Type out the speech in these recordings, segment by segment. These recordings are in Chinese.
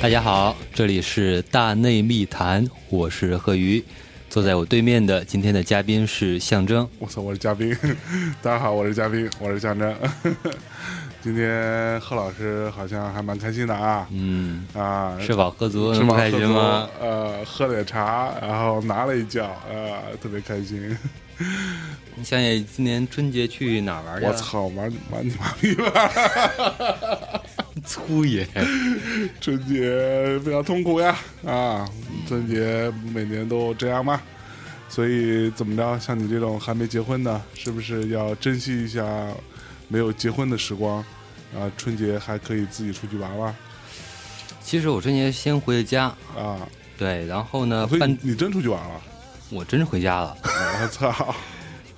大家好，这里是大内密谈，我是贺鱼，坐在我对面的今天的嘉宾是象征。我操，我是嘉宾， 大家好，我是嘉宾，我是象征。 今天贺老师好像还蛮开心的啊，嗯，啊，吃饱喝足，吃能不饱开喝心足吗？？呃，喝点茶，然后拿了一觉，呃，特别开心。你想想今年春节去哪儿玩去啊我了？操，玩玩你妈逼吧！粗野！春节非常痛苦呀，啊，春节每年都这样嘛，所以怎么着，像你这种还没结婚的，是不是要珍惜一下没有结婚的时光？啊，春节还可以自己出去玩玩其实我春节先回的家，啊，对，然后呢，所以半你你真出去玩了？啊我真是回家了，我操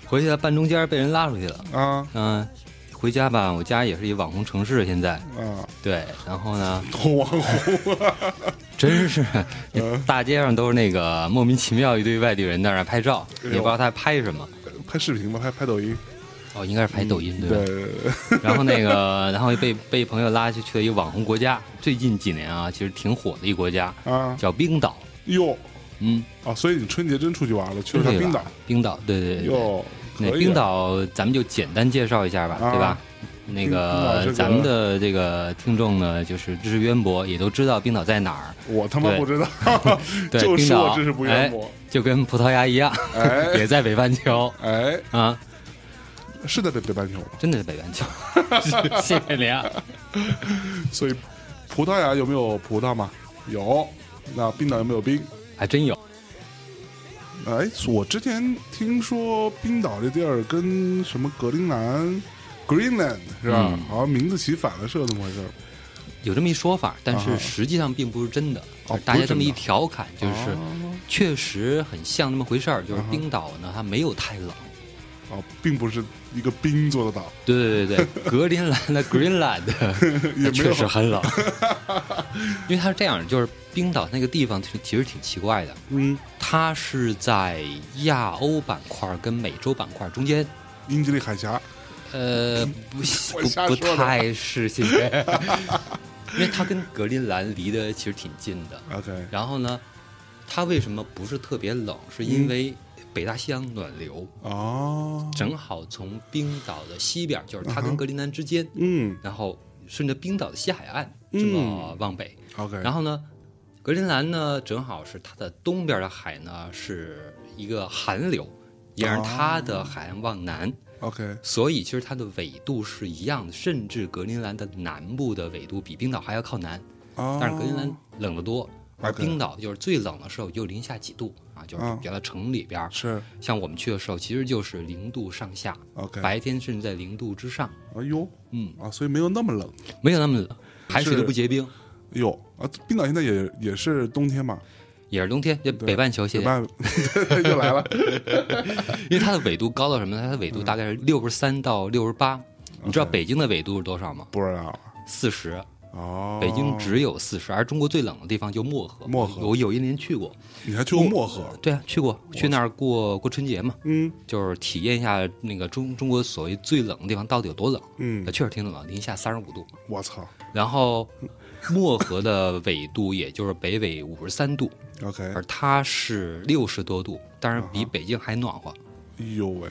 回去了半中间被人拉出去了。啊嗯、回家吧，我家也是一网红城市，现在啊！对，然后呢，多网红啊！真是嗯大街上都是那个莫名其妙一堆外地人在那儿拍照，也哎呦不知道他拍什么。拍视频吧，拍拍抖音，哦，应该是拍抖音对吧？嗯对， 然后那个，然后被被朋友拉去去了一个网红国家，最近几年啊，其实挺火的一国家，啊叫冰岛。哟嗯，啊！所以你春节真出去玩了，去了这趟个冰岛吧，冰岛，对对对对。哟，那可以冰啊岛，咱们就简单介绍一下吧，啊对吧？那冰岛个是个咱们的这个听众呢，就是知识渊博，也都知道冰岛在哪儿，我他妈对不知道，对就冰是岛哎我知识不渊博。就跟葡萄牙一样，哎 也在北半球哎，啊，是在北北半球吗？真的是 北半球，谢谢你啊。所以葡萄牙有没有葡萄吗？有。那冰岛有没有冰？还真有，哎，我之前听说冰岛这地儿跟什么格陵兰 （Greenland） 是吧？嗯好像名字起反了，是有这么回事儿。有这么一说法，但是啊实际上并不是真的。哦大不家是这么真一的调侃，就是哦确实很像那么回事儿。就是啊哈冰岛呢，它没有太冷。哦，并不是一个冰做的岛，对对对对，格陵兰 的 Greenland 也它没有哎确实 很冷，因为它是这样，就是冰岛那个地方其实其实挺奇怪的，嗯，它是在亚欧板块跟美洲板块中间，英吉利海峡呃，不 我不瞎不说的太是，谢谢， 因为它跟格陵兰离得其实挺近的， ，OK，然后呢，它为什么不是特别冷？是因为北大西洋暖流哦，正好从冰岛的西边，就是它跟格陵兰之间，嗯然后顺着冰岛的西海岸这么往北， ，OK，然后呢，格陵兰呢正好是它的东边的海呢是一个寒流，也让它的海岸往南。 OK，所以其实它的纬度是一样的，甚至格陵兰的南部的纬度比冰岛还要靠南。哦，但是格陵兰冷得多，而 OK 冰岛就是最冷的时候也就零下几度啊，就是嗯比较城里边儿，是像我们去的时候其实就是零度上下， OK，白天甚至在零度之上，哎呦，嗯，啊，所以没有那么冷。没有那么冷，海水是都不结冰，有啊，冰岛现在也也是冬天嘛，也是冬天，就北半球北现在，半 又来 了。因为它的纬度高到什么呢？它的纬嗯度大概是六十三到六十八，你知道北京的纬度是多少吗？不知道四十，哦，北京只有四十，而中国最冷的地方就漠河，漠河我有一年去过，你还去过漠河？对啊，去过，去那儿过过春节嘛，嗯就是体验一下那个中中国所谓最冷的地方到底有多冷。嗯，确实挺冷，零下三十五度。我操然后，漠河的纬度也就是北纬五十三度， ，OK，而它是六十多度，当然嗯比北京还暖和。哎呦喂，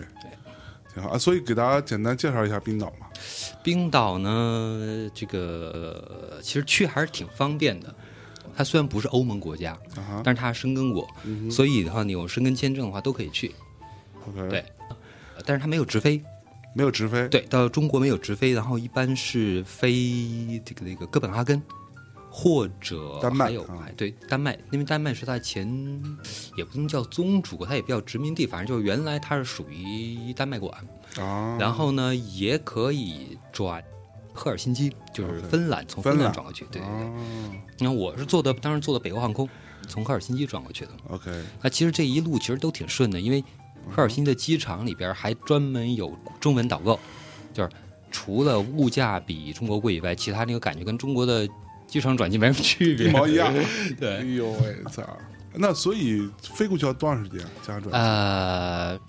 挺好啊。所以给大家简单介绍一下冰岛嘛。冰岛呢，这个呃其实去还是挺方便的。它虽然不是欧盟国家，啊哈但是它是申根国，嗯所以的话，你有申根签证的话都可以去。 ，OK，对，呃但是它没有直飞，没有直飞，对，到中国没有直飞，然后一般是飞这个那个哥本哈根，或者丹麦还有、啊哎对丹麦，因为丹麦是它前也不能叫宗主国，它也不叫殖民地，反正就是原来它是属于丹麦管，啊，然后呢也可以转。赫尔辛基就是 OK 芬兰，从哦芬芬兰兰转过去。对，啊那我是坐的，当时坐的北欧航空，从赫尔辛基转过去的。 ，OK， 那其实这一路其实都挺顺的，因为赫尔辛基的机场里边还专门有中文导购，就是除了物价比中国贵以外，其他那个感觉跟中国的机场转机没什么区别。一毛一样。哎对，呦啊喂，操！那所以飞过去要多长时间？加上转呃，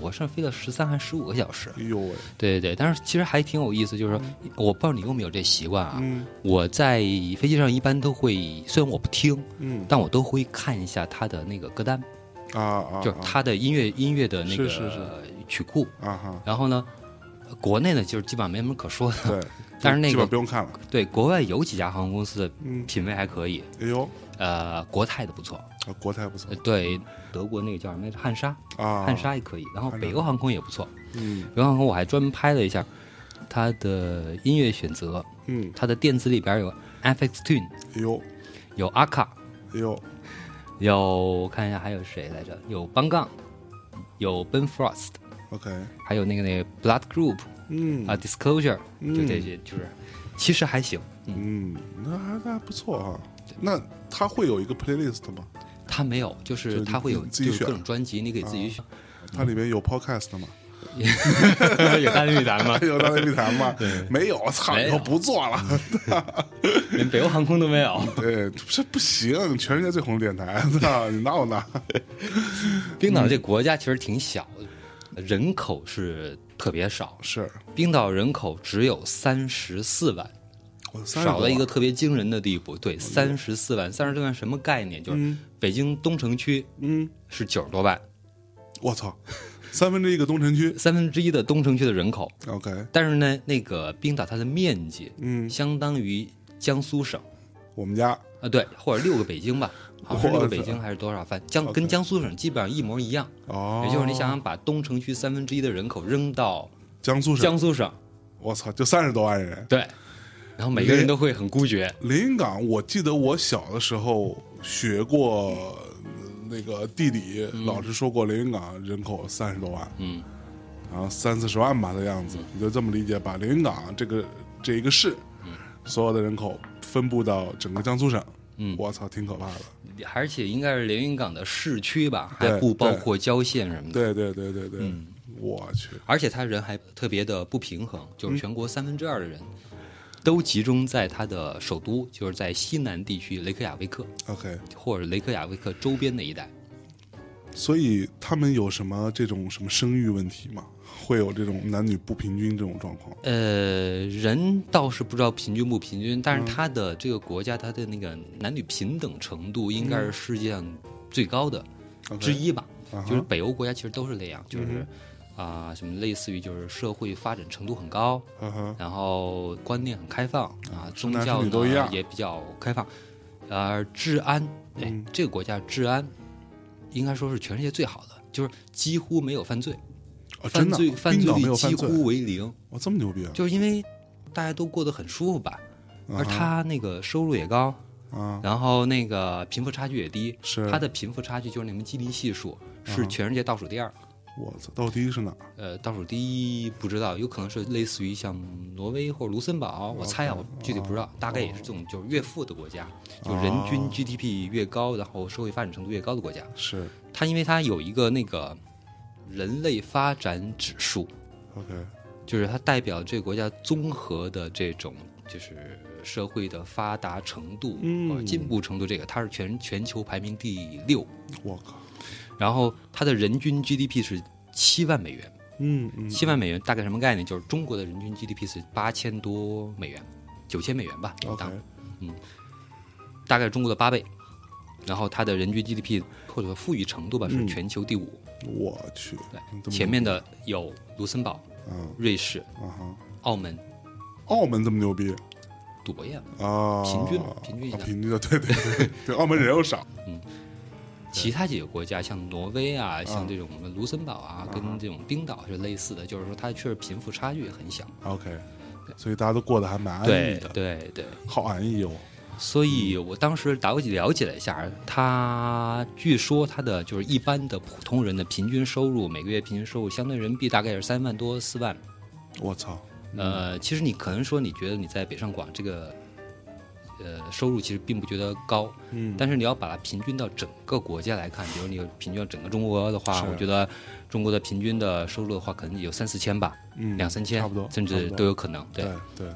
我上飞了十三还十五个小时。哎呦喂，对对对，但是其实还挺有意思，就是说，我不知道你有没有这习惯啊？嗯我在飞机上一般都会，虽然我不听，嗯但我都会看一下它的那个歌单，啊啊，就是它的音乐音乐的那个是是是曲库。啊啊 哈，然后呢，国内呢就是基本上没什么可说的， 对，但是那个基本不用看了，对，国外有几家航空公司的嗯，品味还可以，哎呦，呃，国泰的不错，啊国泰不错呃对，德国那个叫什么来着汉莎，啊，呃汉，莎也可以，然后汉莎北欧航空也不错，嗯北欧航空我还专门拍了一下它的音乐选择，嗯，它的电子里边有 FX Twin，哎呦有 Aka，哎呦，有我看一下还有谁来着，有邦杠，有 Ben Frost， OK，还有那个那个 Blood Group 嗯啊 Disclosure，嗯就这些，就是其实还行，嗯，嗯，那还那还不错啊。那它会有一个 playlist 吗？它没有，就是就它会有你自就己是选各种专辑，你可以自己选，它里面有 podcast 吗？啊 有大内密谈吗？有大内密谈吗？没有，操，以没有嗯后不做了。 连北欧航空都没有， 对，这不行，全世界最红的电台，操，你闹呢？嗯冰岛这国家其实挺小的，人口是特别少，是冰岛人口只有三十四万，我三十少多了一个特别惊人的地步。对，三十四万，三十四万什么概念？就是嗯北京东城区嗯，是九十多万，我操，三分之一个东城区。三分之一的东城区的人口。 OK，但是呢，那个冰岛它的面积嗯，相当于江苏省我们家啊，对，或者六个北京吧，好像是哇六个塞北京还是多少？反正江 OK 跟江苏省基本上一模一样。哦，也就是你想想，把东城区三分之一的人口扔到江苏省，江苏省，我操，就三十多万人。对，然后每个人都会很孤绝。临港，我记得我小的时候学过呃那个地理，老师说过连云港人口三十多万，嗯，然后三四十万吧的样子，你就这么理解，把连云港这个这一个市，所有的人口分布到整个江苏省，嗯我操，挺可怕的。而且应该是连云港的市区吧，对还不包括郊县什么的。对对对对对，嗯我去，而且他人还特别的不平衡，就是全国三分之二的人都集中在他的首都，就是在西南地区雷克雅未克 OK，或者雷克雅未克周边的一带。所以他们有什么这种什么生育问题吗？会有这种男女不平均这种状况？呃，人倒是不知道平均不平均，但是他的这个国家，他的那个男女平等程度应该是世界上最高的嗯 OK 嗯之一吧。啊哈就是北欧国家其实都是那样，就是啊、什么类似于就是社会发展程度很高，嗯哼，然后观念很开放啊，宗男嗯教是女呢都一样也比较开放，呃，治安，哎，嗯这个国家治安应该说是全世界最好的，就是几乎没有犯罪，哦，真犯的罪啊，犯冰罪岛没率有几犯罪，乎为零，哇，这么牛逼啊！就是因为大家都过得很舒服吧，啊而他那个收入也高，啊，然后那个贫富差距也低，是他的贫富差距就是你们基尼系数啊是全世界倒数第二。我操，到底是哪儿？呃，倒数第一不知道，有可能是类似于像挪威或者卢森堡，我猜啊，我具体不知道，大概也是这种就是越富的国家，就人均 GDP 越高，然后社会发展程度越高的国家。是它因为它有一个那个人类发展指数， OK，就是它代表这个国家综合的这种就是社会的发达程度、嗯呃进步程度，这个它是全全球排名第六，我靠，然后它的人均 GDP 是七万美元。嗯嗯，七万美元大概什么概念？就是中国的人均 GDP 是八千多美元，九千美元吧， OK，当大概中国的八倍。然后它的人均 GDP 或者说富裕程度吧，是嗯全球第五。我去，这对，么前面的有卢森堡、嗯瑞士、啊哈，澳门、澳门这么牛逼赌博业，啊？平均嘛平均一下啊平均的，对对对对，澳门人又少，其他几个国家像挪威啊，像嗯这种我们卢森堡啊，跟这种冰岛是类似的，就是说它确实贫富差距很小。 OK，所以大家都过得还蛮安逸对的，对对，好安逸哦。所以我当时了解了解了一下，他据说他的就是一般的普通人的平均收入，每个月平均收入相对人民币大概是三万多四万。我操，呃，其实你可能说你觉得你在北上广这个呃收入其实并不觉得高，嗯，但是你要把它平均到整个国家来看，比如你有平均到整个中国的话，是我觉得中国的平均的收入的话，可能有三四千吧，嗯两三千，差不多甚差不至多都有可能。对对对，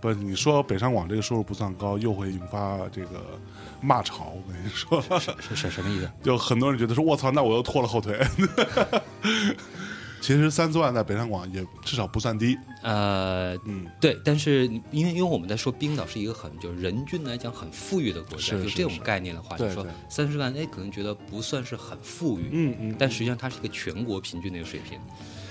不，你说北上广这个收入不算高，又会引发这个骂潮。我跟你说，是是什么意思？就很多人觉得说，我操，那我又拖了后腿。 其实三四万在北上广也至少不算低，呃，嗯，对，但是因为因为我们在说冰岛是一个很就是人均来讲很富裕的国家，是就是这种是概念的话，对你说对三十万，哎，可能觉得不算是很富裕，嗯嗯，但实际上它是一个全国平均的一个水平。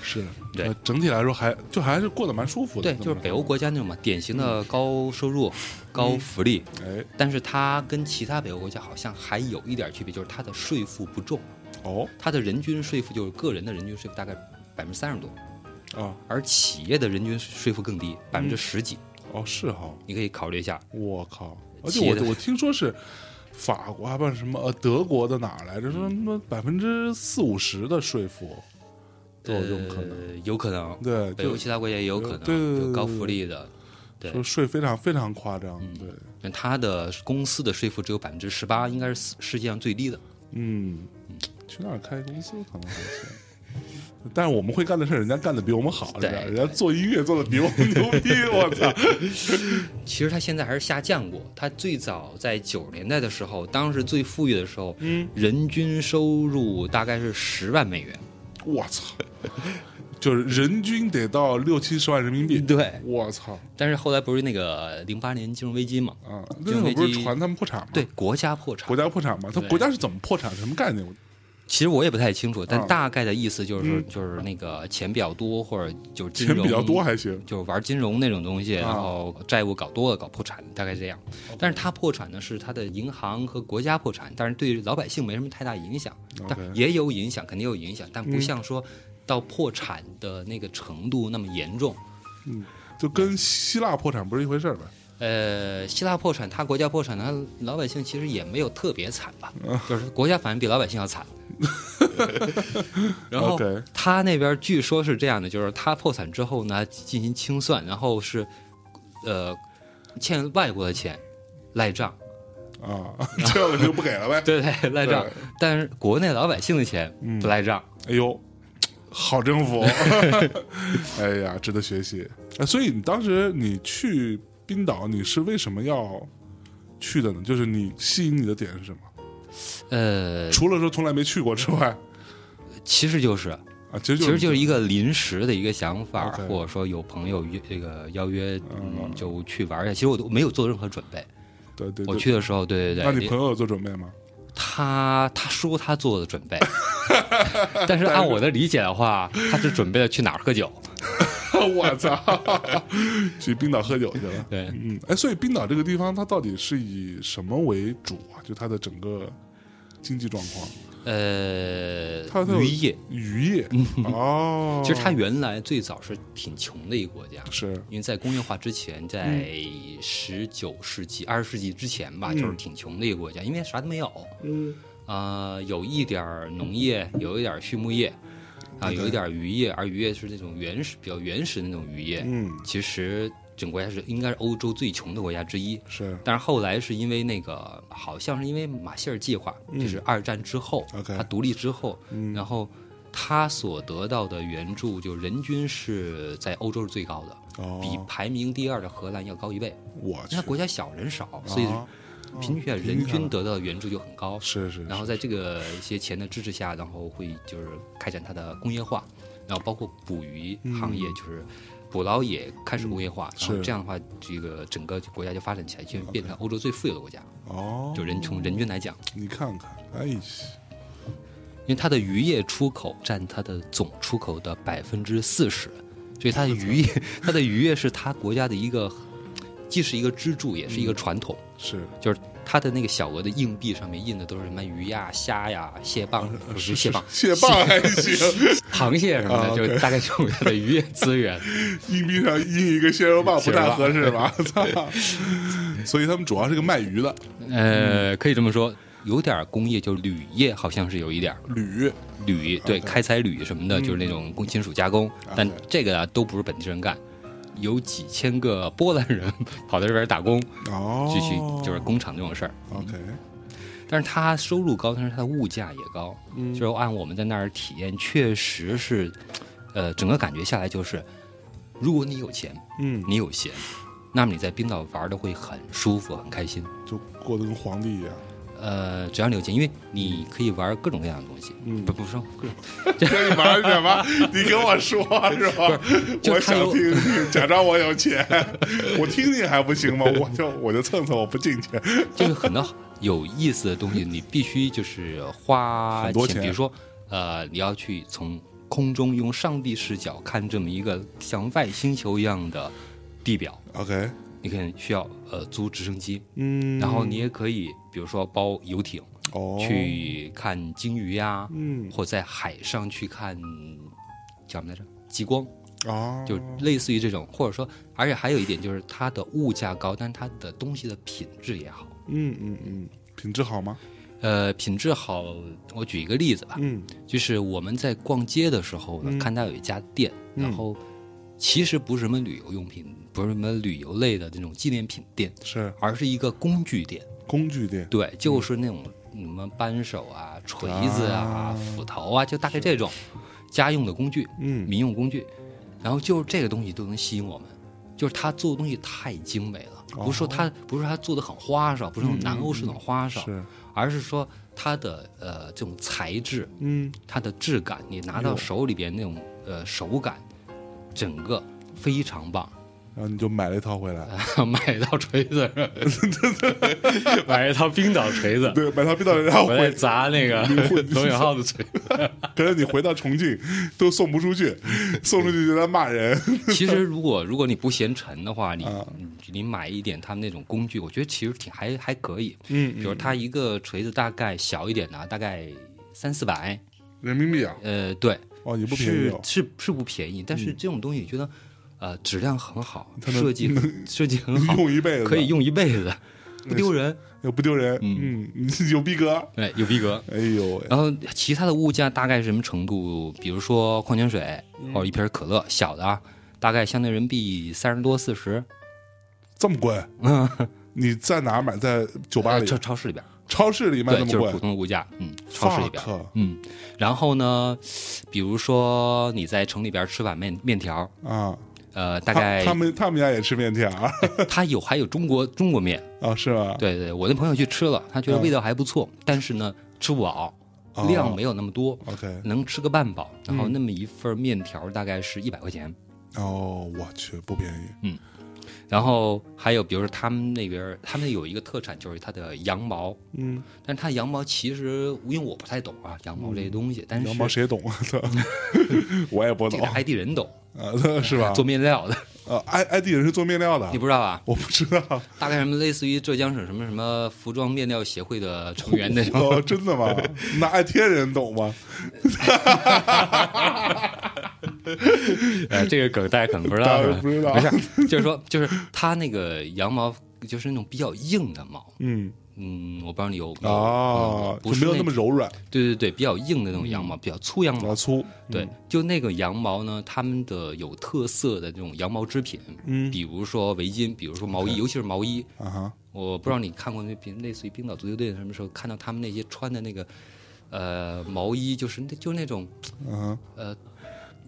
是，对呃整体来说还就还是过得蛮舒服的，对，就是北欧国，国家那种嘛，典型的嗯高收入、高福利，哎，但是它跟其他北欧国家好像还有一点区别，就是它的税负不重，哦它的人均税负就是个人的人均税负大概百分之三十多，啊而企业的人均税负更低，百分之十几。哦是哈，你可以考虑一下，我靠！而企且业的我我听说是法国还不是什么呃德国的哪儿来着？嗯说什么百分之四五十的税负都有这种可能？呃，有可能，对，北欧就其他国家也有可能，对对对有高福利的。对嗯说税非常非常夸张。对，但它的公司的税负只有百分之十八，应该是世世界上最低的。嗯，去那儿开公司可能还行。但是我们会干的事儿，人家干的比我们好，对人家人家做音乐做的比我们牛逼，我操！其实它现在还是下降过。它最早在九十年代的时候，当时最富裕的时候，嗯，人均收入大概是十万美元。我操，就是人均得到六七十万人民币。对，我操但是后来不是那个零八年金融危机嘛？啊！就那会儿不危是机传他们破产吗？对，，国家破产嗯国。家破产嘛，他对国家是怎么破产？什么概念？其实我也不太清楚，但啊大概的意思就是，嗯就是那个钱比较多，或者就是金钱融比较多还行，就是玩金融那种东西，啊然后债务搞多了，搞破产，大概这样。但是它破产呢，是它的银行和国家破产，但是对老百姓没什么太大影响，但 OK 也有影响，肯定有影响，但不嗯像说到破产的那个程度那么严重。就跟希腊破产不是一回事儿呗？呃，希腊破产，它国家破产，它老百姓其实也没有特别惨 吧，就是国家反正比老百姓要惨。然后 OK 他那边据说是这样的，就是他破产之后呢，进行清算，然后是呃欠外国的钱赖账，啊， 这个就不给了 呗。对对，赖账对。但是国内老百姓的钱嗯不赖账，哎呦，好征 服！哎呀，值得学习。哎所以你当时你去冰岛，你是为什么要去的呢？就是你吸引你的点是什么？呃，除了说从来没去过之外，其实就是啊，其实其就是实就是一个临时的一个想法， OK 或者说有朋友约这个邀约，嗯嗯，就去玩一下。其实我都没有做任何准备。对对我对。去的时候，对对那你对，朋友有做准备吗？ 他他说他做的准备，但是按我的理解的话，他是准备了去哪儿喝酒。我操， 去冰岛喝酒去 了。对，嗯，哎，所以冰岛这个地方，它到底是以什么为主啊？就它的整个经济状况，呃他，他有渔业，嗯渔业哦，其实它原来最早是挺穷的一个国家。是因为在工业化之前，在十九世纪、二十世纪之前吧，嗯就是挺穷的一个国家，因为啥都没有。嗯呃，有一点儿农业，有一点儿畜牧业，啊，有一点儿渔业，而渔业是那种原始、比较原始的那种渔业。嗯其实整个国家是应该是欧洲最穷的国家之一。是但是后来是因为那个，好像是因为马歇尔计划，就是二战之后，嗯 OK 它独立之后，嗯然后它所得到的援助，就人均是在欧洲是最高的，比哦，啊排名第二的荷兰要高一倍。我因去为它，国家小，人少，所以啊平均下来平均人下来均得到的援助就很高。是是，然后是在这个一些钱的支持下，然后会就是开展它的工业化，然后包括捕鱼行业，就是捕捞也开始工业化，然后嗯是这样的话，这个整个国家就发展起来，就变成欧洲最富有的国家，哦，就人从人均来讲，你看看，哎呀，因为它的渔业出口占它的总出口的百分之四十，所以它的渔业， 它的渔业是它国家的一个，既是一个支柱，也嗯是一个传统。是就是它的那个小额的硬币上面印的都是什么鱼呀、虾呀、蟹棒，呃不是蟹棒，蟹棒还 行， 螃蟹什么啊的，就 OK 大概这种它的渔业 资源。硬币上印一个蟹肉棒不蟹肉太棒合适 吧？操！所以他们主要是个卖鱼的，呃，可以这么说，有点儿工业，就铝业好像是有一点儿铝铝，对， OK 嗯开采铝什么的，就是那种工金属加工，但这个啊都不是本地人干。有几千个波兰人 跑到这边打工，哦，继续就是工厂这种事儿。 OK，但是它收入高，但是它的物价也高。嗯就是按我们在那儿体验，确实是，呃，整个感觉下来就是，如果你有钱，嗯，你有闲，那么你在冰岛玩的会很舒服，很开心。 就过得跟皇帝一样。呃，只要你有钱，因为你可以玩各种各样的东西，嗯不不是各种，这你玩什么？你跟我说是吧？就 我他想有听听，假装我有钱， 我听听还不行吗？我就我就蹭蹭，我不进去。就是很多有意思的东西，你必须就是花很多钱比如说呃，你要去从空中用上帝视角看这么一个像外星球一样的地表， OK，你可能需要呃租直升机，嗯，然后你也可以比如说包游艇、哦，去看鲸鱼呀、嗯或者在海上去看叫什么来着？极光，啊，就类似于这种，或者说，而且还有一点就是它的物价高，但它的东西的品质也好。嗯嗯嗯，品质好吗？呃，品质好，我举一个例子吧，嗯就是我们在逛街的时候呢，嗯看到有一家店，嗯然后其实不是什么旅游用品，不是什么旅游类的那种纪念品店，是而是一个工具店。工具店，对，就是那种什么扳手啊、锤子啊、嗯啊斧头啊，就大概这种家用的工具、嗯民用工具。然后就是这个东西都能吸引我们，就是他做的东西太精美了，不是说他不是说他做的很花哨，不是那种南欧式那种花哨，是而是说它的呃这种材质、嗯它的质感，你拿到手里边那种呃手感，整个非常棒。 然后你就买了一套回啊来，买一套锤子，买一套冰岛锤 子，对，买套冰岛，然后我在回，砸那个罗永浩 的嘴。可是你回到重庆 都送不出去，送出去就在骂人。 其实如果如果你不嫌沉的话，你啊你你买一点他们那种工具，我觉得其实挺还还可以。比嗯，如它一个锤子大概小一点的啊，大概三四百，人民币啊，呃，对，哦，你不便宜是哦，是是不便宜，但是这种东西你觉得，呃，质量很好，它能设计 设计很好，用一辈子可以用一辈子，不丢人，又不丢人，嗯，你有逼格。哎，有逼格。哎呦喂，然后其他的物价大概是什么程度？比如说矿泉水嗯或者一瓶可乐，小的啊，大概相对人民币三十多四十，这么 贵？你在哪儿买？在酒吧呃里超、超市里边。超市里卖对，那就是普么贵？通的物价，嗯，超市里边 Fuck，嗯，然后呢，比如说你在城里边吃碗面面条，啊！呃，大他概他们他们家也吃面 条它有还有中国中国面，啊，是吧？对对，我那朋友去吃了，他觉得嗯味道还不错，但是呢吃不饱，哦嗯量没有那么多， OK，能吃个半饱，然后那么一份面条大概是一百块钱，哦，我去，不便宜。然后还有比如说他们那边他们有一个特产就是它的羊毛，嗯，但是它羊毛其实因为我不太懂啊羊毛这些东西，但嗯是嗯羊毛谁懂啊？ 操 我也不这懂个，埃及人懂，啊， 是吧做？面料的。呃，埃埃及人是做面料的你，不知道吧？我不知道。大概什么类似于浙江省什么什么服装面料协会的成员那 种，哦，真的吗？那爱天人懂吗？呃，这个梗大家可能不知道，当是然吧不知道。 就是说，就是它那个羊毛就是那种比较硬的毛，嗯，嗯，我不知道你有没有啊嗯，就不是嗯没有那么嗯柔软，对对对，比较硬的那种羊毛，比较粗羊比毛较，粗。对，就那个羊毛呢，他们的有特色的这种羊毛织品，嗯比如说围巾，比如说毛衣，尤其是毛衣，啊哈，我不知道你看过那冰类似于冰岛足球队什么时候看到他们那些穿的那个呃毛衣，就是那就是那种。嗯呃，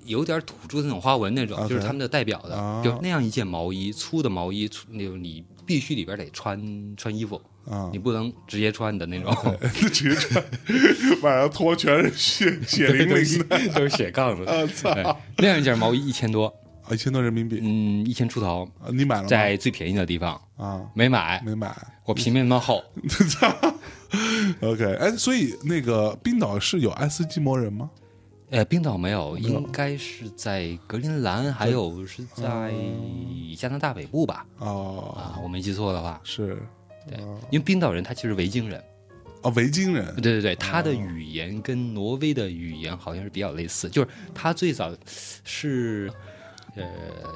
有点土著的那种花纹那种 OK 就是他们的代表的，啊就那样一件毛衣，粗的毛衣，粗那种你必须里边得穿穿衣服，哼啊你，不能直接穿的那种。 直接穿，晚上脱全是血血淋都淋 是的。都是血杠子。啊操！对，哎那样一件毛衣一千多，啊，一千多人民币，嗯，一千出头，啊你买了吗？在最便宜的地方啊，没买，没买。我皮面那么厚， OK，哎，所以那个冰岛是有爱斯基摩人吗？呃，冰岛嗯没有，应该是在格陵兰，还有是在加拿大北部吧？哦，啊，我没记错的话，是因为冰岛人他其实是维京人。啊，维京人。对对哦对，他的语言跟挪威的语言好像是比较类似，就是他最早是呃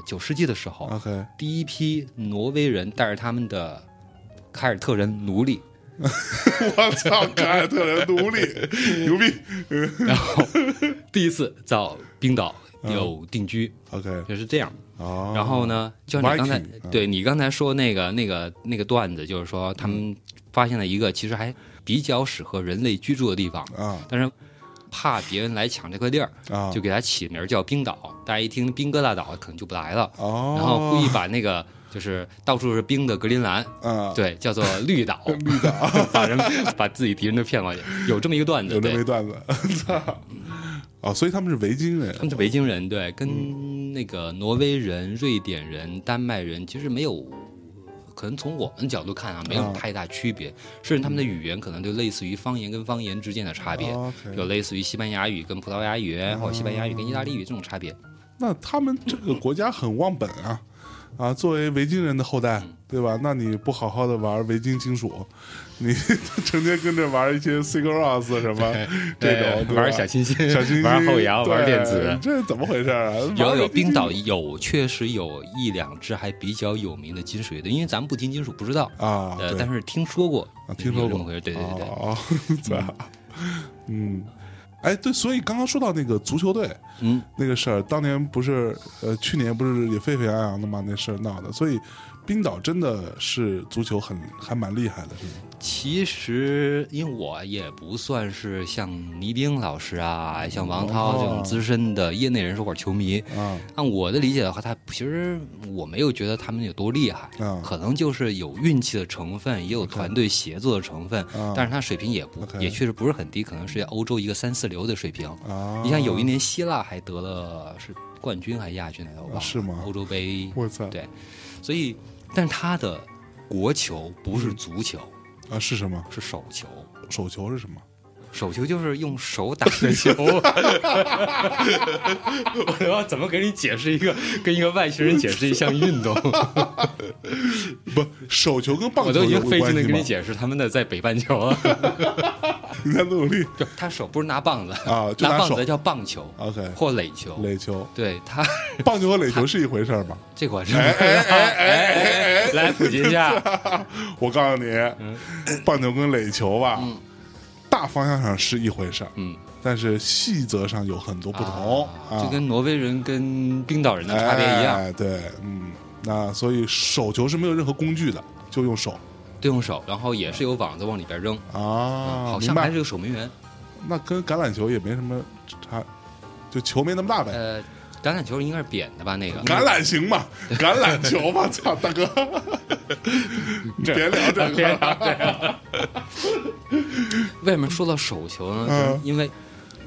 九世纪的时候， OK，第一批挪威人带着他们的凯尔特人奴隶，我操，凯尔特人奴隶，牛逼。然后第一次到冰岛有定居， OK，就是这样。哦，嗯然后呢，就像你刚才 Viking，对你刚才说那个那个那个段子，就是说他嗯们发现了一个其实还比较适合人类居住的地方，啊但是怕别人来抢这块地儿。啊，就给它起名儿叫冰岛。大家一听宾哥大岛，可能就不来了。哦，然后故意把那个就是到处是冰的格陵兰，啊，对，叫做绿岛， 绿岛 把人把自己敌人都骗过去，有这么一个段子，有这对么一，段子， 操！哦，所以他们是维京人他们是维京人，对，嗯跟那个挪威人、瑞典人、丹麦人其实没有，可能从我们角度看啊，没有啊太大区别，甚至他们的语言可能就类似于方言跟方言之间的差别，有，OK，类似于西班牙语跟葡萄牙语，啊或者西班牙语跟意大利语这种差别。那他们这个国家很忘本啊。啊，作为维京人的后代，对吧？那你不好好的玩维京金属，你 成天跟着玩一些 Sigur Ros 什么这种，对吧玩小清新，小清新玩后摇，对玩电子，这怎么回事啊？有玩有维京冰岛有确实有一两只还比较有名的金属乐队，因为咱们不听金属不知道，啊，呃，对但是听说过啊，听说有这过么回事，对对对对，哦， 操，嗯，哎，对，所以刚刚说到那个足球队嗯，那个事儿，当年不是呃，去年不是也沸沸扬扬的嘛，那事儿闹的，所以冰岛真的是足球很还蛮厉害的，是吗？其实因为我也不算是像倪兵老师啊，像王涛这种资深的业内人士或者球迷，啊按我的理解的话，他其实我没有觉得他们有多厉害，啊可能就是有运气的成分，也有团队协作的成分，啊！但是他水平也不 OK 也确实不是很低，可能是欧洲一个三四流的水平。啊，你像有一年希腊还得了是冠军还是亚军来着，我忘了啊是吗欧洲杯，我操，对所以但是他的国球不是足球，啊是什么？是手球。手球是什么？手球就是用手打的球， 我要怎么给你解释一个跟一个外星人解释一项运动？不，手球跟棒我球都已有经费关劲的系跟吗你？解释他们的在北半球了。你在努力啊 就他手不是拿棒子啊就拿拿棒手子叫棒球，OK，或垒球。垒球、对他棒球和垒球是一回事儿吗？这款是，哎哎哎哎，来普及一下，我告诉你，嗯棒球跟垒球吧，大方向上是一回事儿，嗯，但是细则上有很多不同，啊、就跟挪威人跟冰岛人的差别一样，哎对，嗯，那所以手球是没有任何工具的，就用手对用手，然后也是有网子往里边扔，啊，嗯好明像还白是？个守门员。那跟橄榄球也没什么差，就球没那么大呗。呃，橄榄球应该是扁的吧？那个哎橄榄行 嘛，橄榄球嘛， 操，大哥，别聊 这别个聊这个为什么说到手球呢？嗯就是因为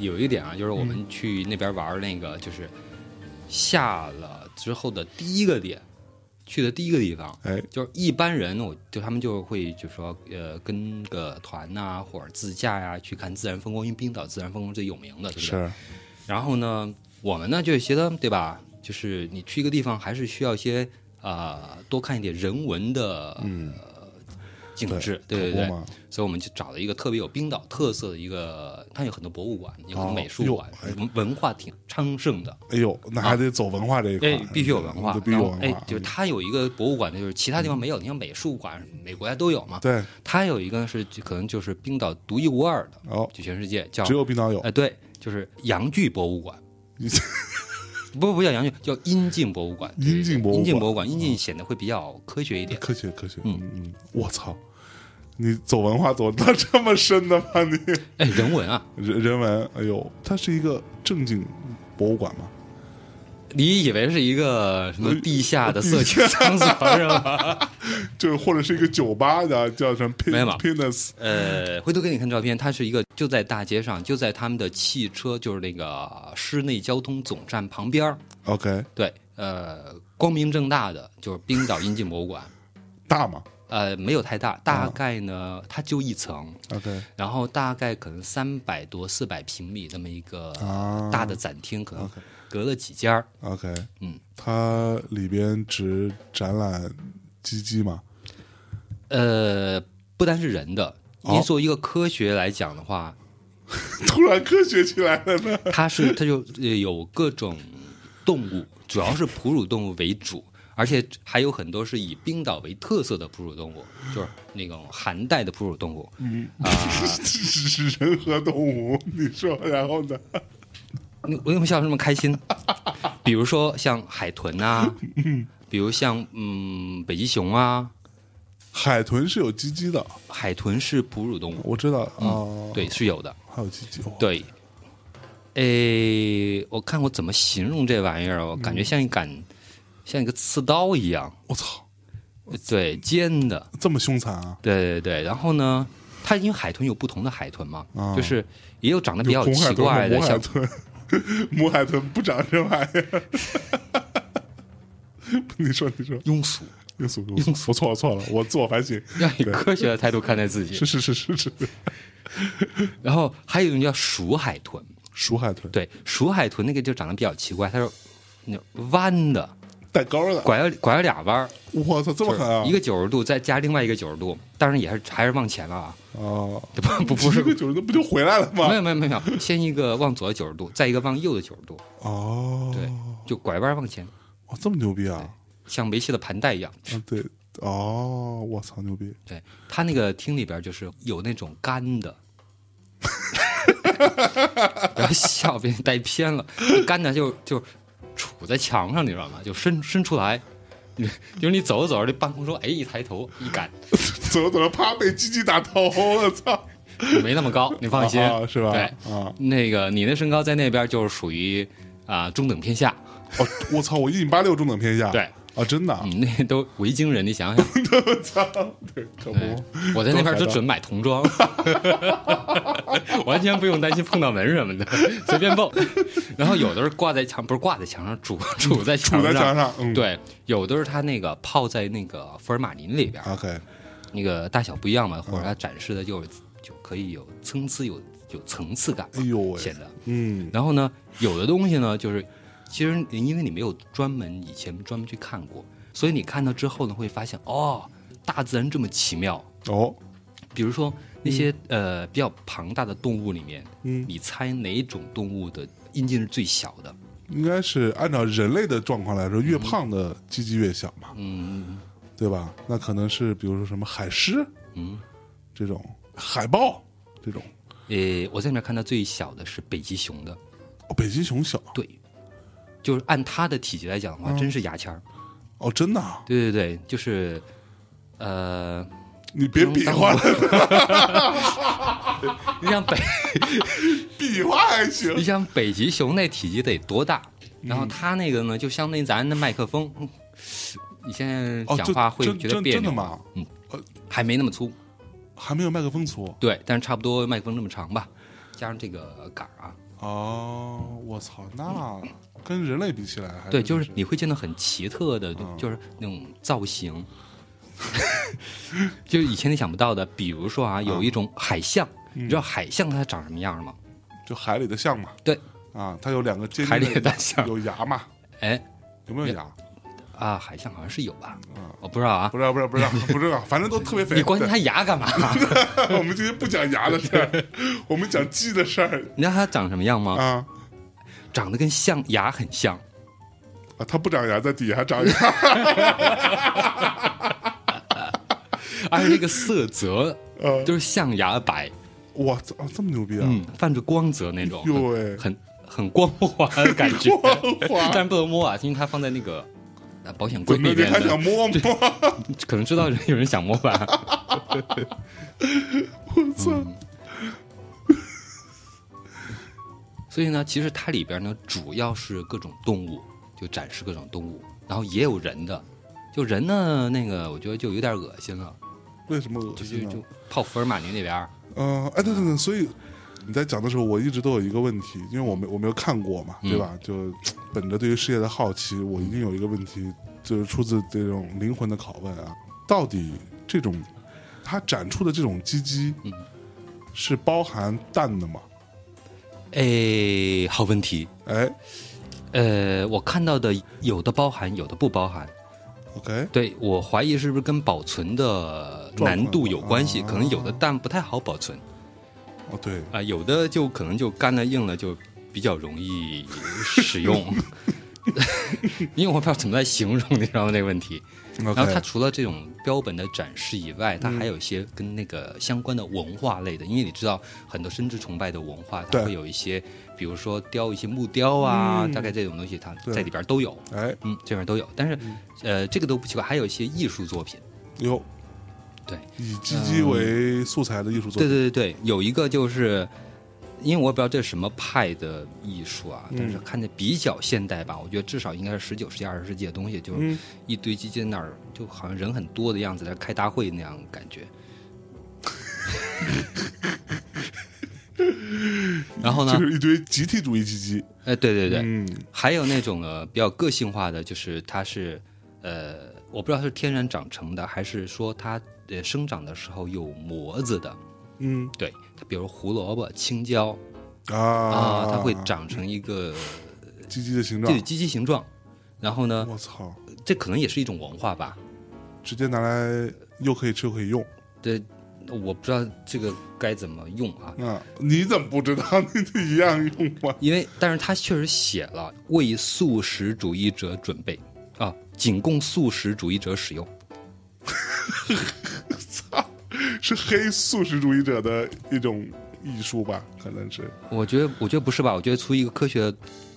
有一点啊，就是我们去那边玩那个，就是下了之后的第一个点，去的第一个地方，哎，就是一般人我就他们就会就说呃跟个团呐、或者自驾呀、去看自然风光，因为冰岛自然风光最有名的，对不对？是然后呢，我们呢就觉得对吧？就是你去一个地方，还是需要一些啊、呃多看一点人文的、嗯、景致，对对可对不嘛所以我们就找了一个特别有冰岛特色的一个，它有很多博物馆，有很多美术馆哦，哎呦文文化挺昌盛的，哎呦，那还得走文化这一块，哎，必须有文化嗯，必须然有后文哎化，，就是它有一个博物馆呢，就是其他地方没有，你像美术馆，每国家都有嘛，对，它有一个是就可能就是冰岛独一无二的，哦，就全世界叫只有冰岛有哎，对，就是洋剧博物 馆你。不不叫洋剧，叫阴茎博物馆。阴茎博物馆嗯阴茎博物馆，阴茎显得会比较科学一点。科学科学，嗯嗯嗯，我操，你走文化走到这么深的吗？ 你哎，人文啊，人人文，哎呦，它是一个正经博物馆吗？你以为是一个什么地下的色情场所 是吧？就是或者是一个酒吧的，叫什么 Pin 没有 Pinus 呃，回头给你看照片，它是一个就在大街上，就在他们的汽车就是那个市内交通总站旁边儿 OK 对，呃，光明正大的就是冰岛阴茎博物馆。大吗呃，没有太大，大概呢，它就一层， ？OK 然后大概可能三百多、四百平米这么一个啊大的展厅，可能 OK 隔了几家儿。 OK，嗯，它里边只展览鸡鸡嘛？呃，不单是人的，哦您作为一个科学来讲的话， 突然科学起来啊了呢？它是它就呃有各种动物，主要是哺乳动物为主。而且还有很多是以冰岛为特色的哺乳动物，就是那种寒带的哺乳动物，嗯这是人和动物，你说然后呢？你为什么笑得这么开心？ 比如说像海豚啊，比如像嗯北极熊啊，海豚是有鸡鸡的，海豚是哺乳动物，我知道嗯啊、对，是有的。还有鸡鸡，哇对，诶，我嗯看我怎么形容这玩意儿，我感觉像一杆，像一个刺刀一样，我操，对，煎的，这么凶残啊！对对对。然后呢，它因为海豚有不同的海豚嘛，啊就是也有长得比有较红海奇豚和怪的，母海像豚， 母海豚不长这玩意儿。 你说，你说，庸 俗，庸俗，庸俗，我错了，错了，我自我反省。要以科学的态度看待自己是。是是是是，然后还有一种叫鼠海豚，鼠海豚，对，鼠海豚那个就长得比较奇怪，它是那种弯的，带钩的，拐了拐了俩弯儿，我操，这么就是狠啊！一个九十度，再加另外一个九十度，当然也是还是往前了啊，哦， 不不不 是一，个九十度不就回来了没吗？有没有没有，没有先一个往左的九十度，再一个往右的九十度，哦，对，就拐弯往前，哇，这么牛逼啊！像围棋的盘带一样。啊，对，哦，我操，牛逼！ 对，它那个厅里边就是有那种干的。 不要笑，被你带偏了。干的就就杵在墙上，你知道吗？就伸伸出来，你就是你走着走着，这半空中哎一抬头一杆，怎么怎么啪被鸡鸡打头？我操！没那么高，你放心，啊是吧？对，啊，那个你那身高在那边就是属于啊、中等偏下，哦，我操，我一米八六中等偏下。对，啊，真的啊，你那都维京人，你想想，我操， 对，可对不， 我在那都边就海盗准买童装， 完全不用担心碰到门什么的，随便蹦。然后有的是挂在墙，不是挂在墙上，杵杵在墙杵在上，墙上，嗯，对，有的是它那个泡在那个福尔马林里边， ，OK，那个大小不一样嘛，或者它展示的就是就可以有参差有有层次感嘛，哎呦喂，显得。嗯，然后呢，有的东西呢，就是其实因为你没有专门以前专门去看过，所以你看到之后呢，会发现哦，大自然这么奇妙。哦，比如说那些、呃比较庞大的动物里面，嗯，你猜哪种动物的阴茎是最小的？应该是按照人类的状况来说，越胖的鸡鸡越小嘛，嗯对吧？那可能是比如说什么海狮嗯，这种，海豹这种，呃，我在里面看到最小的是北极熊的，哦，北极熊小，对，就是按它的体积来讲的话，真是牙签儿。哦，真的啊，对对对，就是呃，你别比划了， 你像北。比划还行你，想北极熊那体积得多大？然后它那个呢，就相当于咱的麦克风，嗯你现在哦，讲这话会真觉真得别真的扭，啊吗？还没那么粗，还没有麦克风粗对，但是差不多麦克风这么长吧，加上这个杆儿啊，哦，我操，那跟人类比起来还嗯对，真就的是你会见到很奇特的，就是那种造型， 就是以前你想不到的，比如说啊，有一种海象，你知道海象它长什么样吗？就海里的象嘛，对，啊，它有两个尖海里尖的的象有牙嘛，哎有没有牙？啊，海象好像是有吧嗯，我不知道啊不，知道，不知道， 不知道，不知道，反正都特别肥。你关心它牙 干嘛？对 我们今天不讲牙的事 儿，我们讲鸡的事儿你知道它长什么样吗？啊长得跟象牙很像。啊！它不长牙，在底下长 牙，而且那个色 泽呃，就是象牙白，哇，操，啊这么牛逼啊！嗯，哎泛着光泽那种，哟喂，，很很光滑的感 觉光但滑，是不能摸啊，因为它放在那个呃保险柜怎么里你边还想的，摸摸？可能知道有人想摸吧。 嗯我操！所以呢，其实它里边呢主要是各种动物，就展示各种动物，然后也有人的，就人呢那个我觉得就有点恶心了，为什么恶就心啊就呢？就泡福尔马林那边儿，嗯，哎，对对对，所以你在讲的时候，我一直都有一个问题，因为我没我没有看过嘛，对嗯吧？就本着对于世界的好奇，我一定有一个问题，就是出自这种灵魂的拷问啊，到底这种它展出的这种鸡鸡，嗯是包含蛋的吗？哎，好问题，哎呃，我看到的有的包含，有的不包含。 ，OK，对我怀疑是不是跟保存的难度有关系，状可况能有的蛋不太好保存哦对，啊、有的就可能就干了硬了，就比较容易使用。 因为我不知道怎么来形容，你知道吗？这个问题。然然后它除了这种标本的展示以外，它还有一些跟那个相关的文化类的，因为你知道很多生殖崇拜的文化，它对会有一些，比如说雕一些木雕啊，嗯大概这种东西，它对在里边都有。哎嗯，这边都有，但是，呃，这个都不奇怪，还有一些艺术作品，哟，对，以鸡鸡为素材的艺术作对品，对对对，有一个就是因为我也不知道这是什么派的艺术啊，嗯但是看着比较现代吧，我觉得至少应该是十九世纪、二十世纪的东西，就是嗯，一堆机器在那儿，就好像人很多的样子，在那儿开大会那样感 觉。然后呢 就？是一堆集体主义基金，哎，对对对，嗯还有那种呃比较个性化的，就是它是呃，我不知道是天然长成的，还是说它呃生长的时候有模子的。嗯对，它比如胡萝卜、青椒啊啊、它会长成一个鸡鸡的形对状，鸡鸡形状。然后呢，我操，这可能也是一种文化吧。直接拿来又可以吃又可以用，对，我不知道这个该怎么用啊，啊，你怎么不知道？ 你一样用吗？因为但是它确实写了为素食主义者准备啊，仅供素食主义者使用。是黑素食主义者的一种艺术吧？可能是我觉得，我觉得不是吧？我觉得从一个科学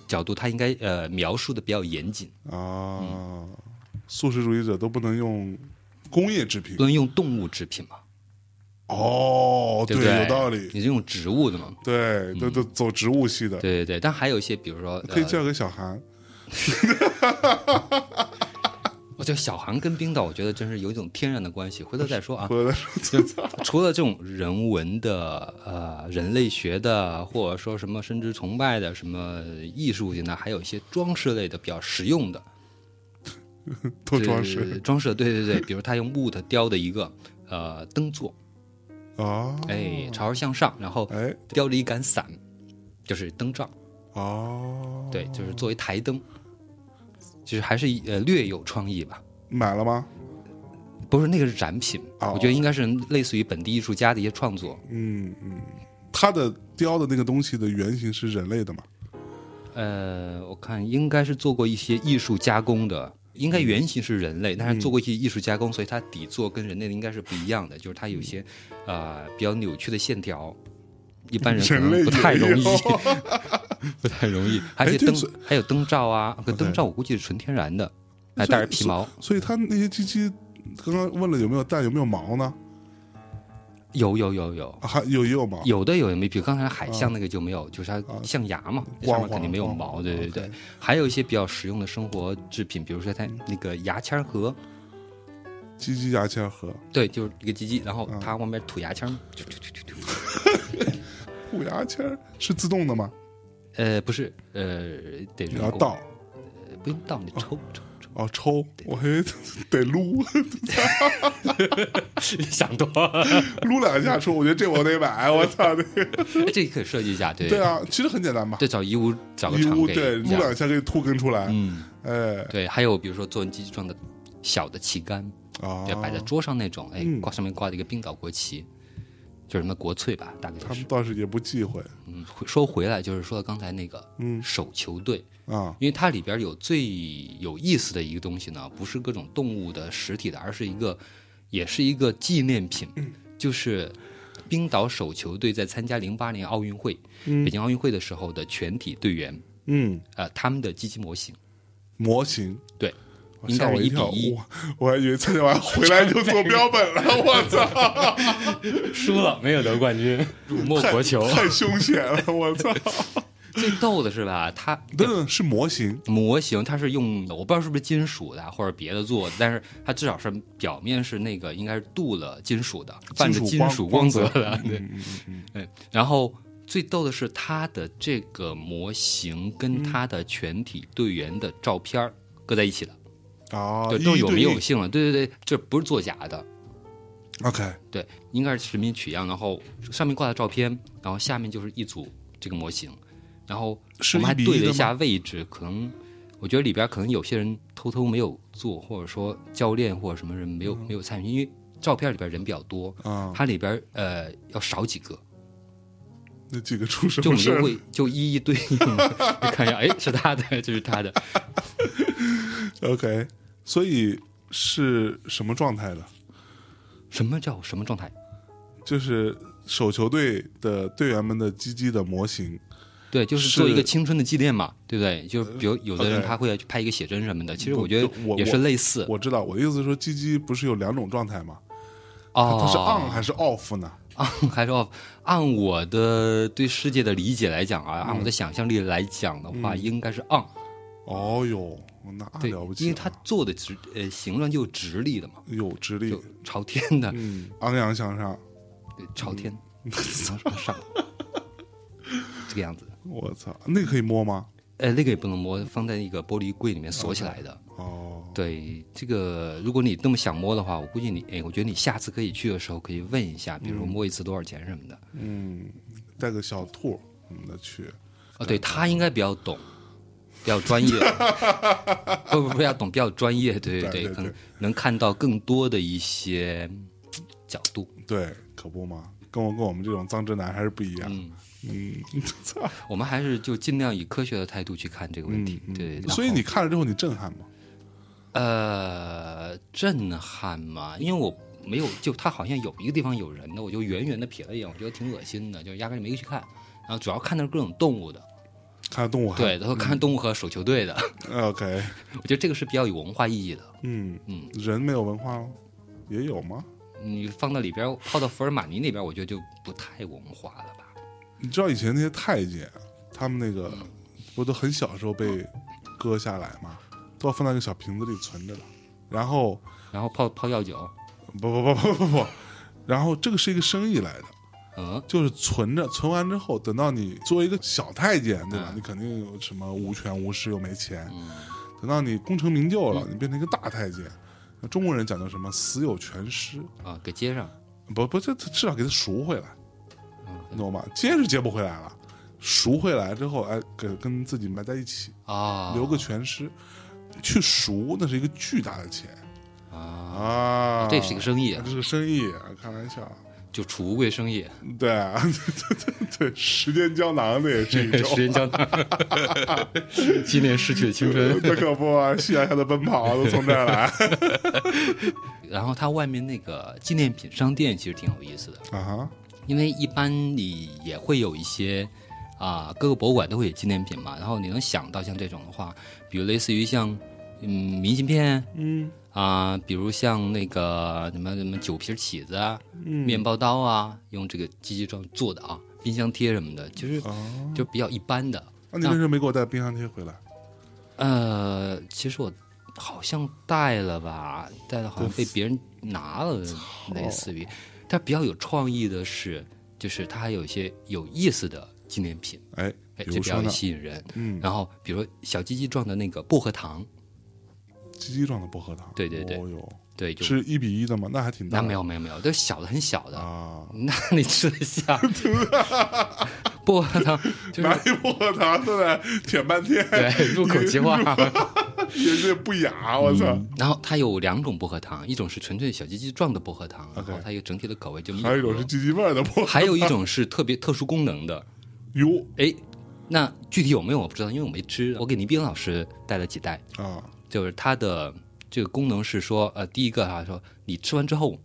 角度，它应该呃描述的比较严谨，啊，素食主义者都不能用工业制品不能用动物制品嘛，哦，对不对？有道理，你是用植物的嘛？对，都都走植物系的，对对对，但还有一些，比如说，可以呃、叫给小韩，我觉得小韩跟冰岛，我觉得真是有一种天然的关系。回头再说啊。我的除了这种人文的、呃人类学的，或者说什么生殖崇拜的、什么艺术性的，还有一些装饰类的比较实用的，多装对饰对对装饰，对对对，比如他用木头雕的一个呃灯座，啊，哎，朝向上，然后哎叼着一杆伞，就是灯罩，哦，对，就是作为台灯，其实还是呃略有创意吧。买了吗？不是那个是展品，哦我觉得应该是类似于本地艺术家的一些创作。嗯嗯，他的雕的那个东西的原型是人类的嘛？呃，我看应该是做过一些艺术加工的，嗯应该原型是人类，但是做过一些艺术加工，所以它底座跟人类的应该是不一样的，就是它有一些呃比较扭曲的线条，一般人可人类能不太 容易也有，不太容易。还有一对些灯所以，还有灯罩啊，可 OK 灯罩我估计是纯天然的，所还以带着皮毛，所以他那些鸡鸡，刚刚问了有没有蛋，有没有毛呢？有有有有。啊还有也有毛，有的有也没比如刚才海象那个就没有，就是它啊象牙嘛，上光滑面肯定没有光毛，滑对对对。 OK 嗯还有一些比较实用的生活制品，比如说它那个牙签儿盒，鸡鸡牙签盒，对，就是一个鸡鸡，然后嗯它往边吐牙签儿，就就就就就虎牙签儿是自动的吗？呃，不是，呃，得你人要工，倒呃不用倒，你抽 抽抽，哦，抽，我还以为 得撸想多了。撸两下抽，我觉得这我得买，我操的。哎这个可以设计一下，对对，啊，其实很简单嘛，对，找义乌找个一厂屋给对撸这样两下可以吐根出来，嗯，哎对，还有比如说做成鸡鸡状的小的旗杆，啊对，，摆在桌上那种，哎嗯，挂上面挂着一个冰岛国旗，就是什么国粹吧，大概他就是们。倒是也不忌讳嗯，回说回来就是说到刚才那个，嗯手球队，啊，因为它里边有最有意思的一个东西呢，不是各种动物的实体的，而是一个，也是一个纪念品，就是冰岛手球队在参加零八年奥运会、北京奥运会的时候的全体队员，嗯，呃，他们的机器模型，模型。对，我应吓该我是一跳，比一我我还以为参加完回来就做标本 了，我操，输了没有得冠 军，辱没国球。太凶险了，我操！最逗的是吧，它等等，是模型模型它是用我不知道是不是金属的啊或者别的做的，但是它至少是表面是那个应该是镀了金属的，泛着金属光泽的。嗯嗯对，对。然后最逗的是它的这个模型跟它的全体队员的照片儿搁在一起的，啊，对，一都有对名一有姓了。对对对，这不是作假的， ？OK，对，应该是实名取样，然后上面挂的照片，然后下面就是一组这个模型，然后是我们还一比对一了的一下位置，可能我觉得里边可能有些人偷偷没有做，或者说教练或者什么人没有、没有参与，因为照片里边人比较多，啊，它里边呃要少几个，那几个出什就我么们事就儿？会就一一对 应，就看一下，哎，是他的，这是他的， OK，所以是什么状态的？什么叫什么状态？就是手球队的队员们的鸡鸡的模型对，就是是做一个青春的纪念嘛，对不对？就是比如有的人 OK 他会去拍一个写真什么的，其实不我觉得我也我是类似。我知道，我的意思是说，鸡鸡不是有两种状态吗？它 是 on 哦，还是 off 呢？ on 还是 off？按我的对世界的理解来讲啊，按嗯我的想象力来讲的话，应该是 on。哦哟，那对嗯了不，起了，因为它做的直呃形状就直立的嘛，有直立就，朝天的，嗯，昂扬向上。对 朝天，往上，这个样子。我操，那可以摸吗？呃，那个也不能摸，放在那个玻璃柜里面锁起来的。哦，对这个，如果你那么想摸的话，我估计你，哎，我觉得你下次可以去的时候可以问一下，比如说摸一次多少钱什么的。嗯，带个小兔什么的去，啊，对他应该比较懂，比较 专业，不不不，要懂比较专业，对对对对，可能对能看到更多的一些嗯角度。对，可不嘛，跟我跟我们这种脏直男还是不一样。嗯，嗯，操，我们还是就尽量以科学的态度去看这个问题。嗯对，然所以后你看了之后你震撼吗？呃，震撼嘛，因为我没有，就他好像有一个地方有人的，我就远远的瞥了一眼，我觉得挺恶心的，就压根就没去看。然后主要看的是各种动物的，看了动物啊对，然后看动物和手球队的， ，OK，我觉得这个是比较有文化意义的。嗯嗯，人没有文化吗？也有吗？你放到里边儿，泡到福尔马尼那边儿，我觉得就不太文化了吧？你知道以前那些太监，他们那个嗯不都很小时候被割下来吗？都要放到一个小瓶子里存着的。然后然后泡泡药酒，不不不不不不，然后这个是一个生意来的，嗯，就是存着，存完之后，等到你作为一个小太监，对吧？嗯你肯定有什么无权无势又没钱，等到你功成名就嗯了，你变成一个大太监。那中国人讲究什么？死有全尸，啊，给接上，不不，这这至少给他赎回来，嗯，你懂吗？接是接不回来了，赎回来之后，哎，给跟自己埋在一起，啊，留个全尸，去赎那是一个巨大的钱啊，啊！这是一个生意啊，， 这是个生意，开玩笑。就储物柜生意，对啊， 对对对对，时间胶囊这也是一种 时。间胶 囊，纪念逝去的青 春。那可不啊，夕阳下的奔跑都从这儿来然后它外面那个纪念品商店其实挺有意思 的，啊哈！因为一般你也会有一些啊，各个博物馆都会有纪念品嘛。然后你能想到像这种的话，比如类似于像嗯明信片嗯啊，比如像那个什么什么酒瓶起子啊，嗯面包刀啊，用这个机器装做的啊，冰箱贴什么的，其实啊，就比较一般的。那你为什么没给我带冰箱贴回来？呃，其实我好像带了吧，带了好像被别人拿了，类似于。但比较有创意的是，就是它还有一些有意思的纪念品，哎，比哎，这如比说较呢，吸引人。嗯，然后，比如说小鸡鸡撞的那个薄荷糖，鸡鸡状的薄荷糖，对对对哦哟，对，就是一比一的吗？那还挺大那的，没有没有没有，都是小的很小的，啊，那 你吃得 下？薄荷糖就是拿 一薄荷糖都在舔半天，对入口 即化。嗯也是不雅，我操！然后它有两种薄荷糖，一种是纯粹小鸡鸡状的薄荷糖，然后它一个整体的口味就没还有一种是鸡鸡味儿的 薄荷，还有一种是特别特殊功能的。哟哎，那具体有没有我不知道，因为我没吃。我给倪斌老师带了几袋，啊，就是它的这个功能是说，呃，第一个啊，说你吃完之后，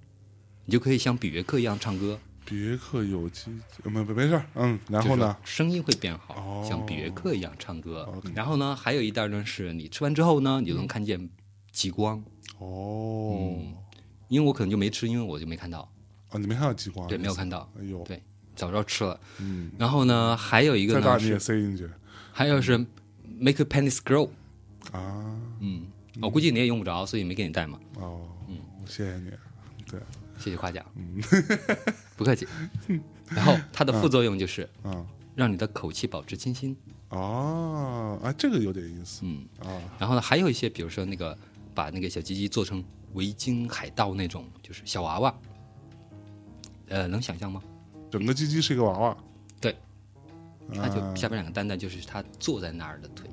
你就可以像比约克一样唱歌，别克有机，呃没没没事儿，嗯，然后呢？就是声音会变好，哦像比约克一样唱歌。然后呢，还有一袋呢是你吃完之后呢，你就能看见极光。哦，嗯因为我可能就没吃，因为我就没看到，啊，你没看到极光？对，没有看到。哎呦，对早知道吃了。嗯，然后呢，还有一个再大呢你也是，塞进去还有是 make a penis grow。啊。嗯，我估计你也用不着，所以没给你带嘛。哦，谢谢你。对，谢谢夸奖，嗯 不客气。然后它的副作用就是嗯，让你的口气保持清新。哦，啊，这个有点意思嗯，啊。然后呢，还有一些，比如说那个把那个小鸡鸡做成维京海盗那种，就是小娃娃。呃，能想象吗？整个鸡鸡是一个娃娃，对，它就啊下边两个蛋蛋，就是它坐在那儿的腿，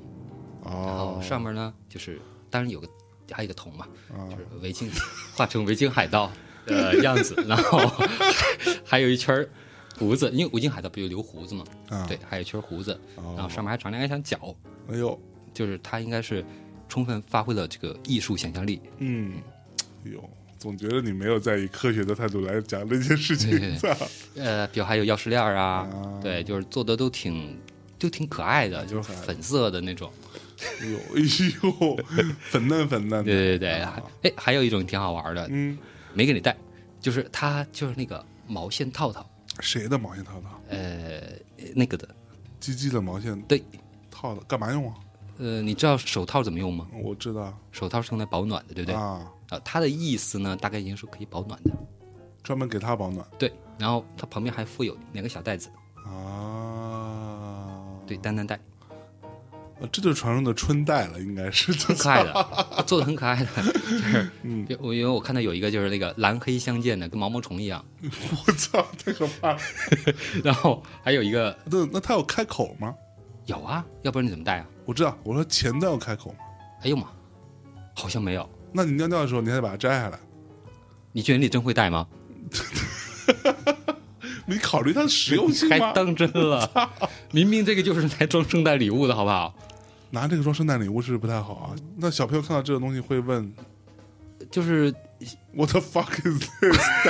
然后哦，上面呢就是当然有个还有一个铜嘛，啊就是 维京画成维京海盗 的样子，然后还有一圈儿胡子，因为维京海盗不就留胡子嘛，啊，对，还有一圈胡子，哦然后上面还长两根小脚，哎呦，就是他应该是充分发挥了这个艺术想象力。嗯，哎呦，总觉得你没有在以科学的态度来讲这件事对对情，操呃，比如还有钥匙链儿啊，啊对，就是做的都挺就挺可爱的，就是可爱粉色的那种。 哎呦，哎呦，粉嫩粉嫩的，对对对，还哎，还有一种挺好玩的，啊嗯，没给你带，就是他就是那个毛线套套，谁的毛线套套？呃，那个的，鸡鸡的毛线对，套的干嘛用啊？呃，你知道手套怎么用吗？我知道手套是用来保暖的，对不对？啊、啊，它的意思呢，大概已经是可以保暖的，专门给它保暖对。然后它旁边还附有两个小袋子，啊。对，单 单带，啊，这就是传说的春袋了，应该是 很可爱的，它做的很可爱的。 就是，嗯就我因为我看到有一个就是那个蓝黑相间的，跟毛毛虫一样， 我操，太可怕了！然后还有一个那那它有开口吗？有啊，要不然你怎么带啊？我知道，我说前袋有开口吗？哎呦妈，好像没有。那你尿尿的时候，你还得把它摘下来。你觉得你真会带吗？你考虑它的实用性还吗？当真了？ 明明这个就是来装圣诞礼物的好不好？拿这个装圣诞礼物是不是不太好啊？那小朋友看到这个东西会问就是：What the fuck is this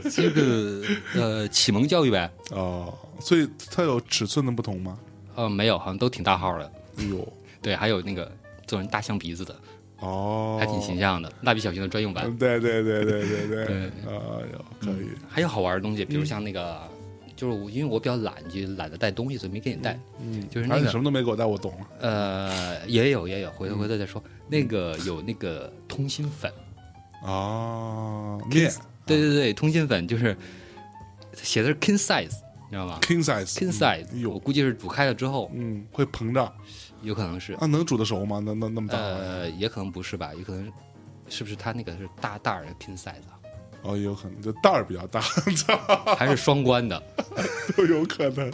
that？这个呃启蒙教育呗。哦，所以它有尺寸的不同吗？呃，没有，好像都挺大号的。有对，还有那个做成大象鼻子的，哦，还挺形象的。蜡笔小新的专用版。嗯。对对对对对对，对哎呦，可以。还有好玩的东西，比嗯如像那个，就是我因为我比较懒，就懒得带东西，所以没给你带。嗯，就是反那正你什个么都没给我带，我懂了。嗯呃，也有也有，回头回头再说。那个有那个通心粉，哦，面对对对，通心粉就是写的是 king size，你知道吗 king size ？king 嗯 size，有我估计是煮开了之后，嗯，会膨胀有可能是啊，能煮得熟吗？那那那么大玩意儿？呃，也可能不是吧，有可能是不是他那个是大袋儿的 king size，啊哦，也有可能，就袋儿比较大，还是双关的？ 都有可能。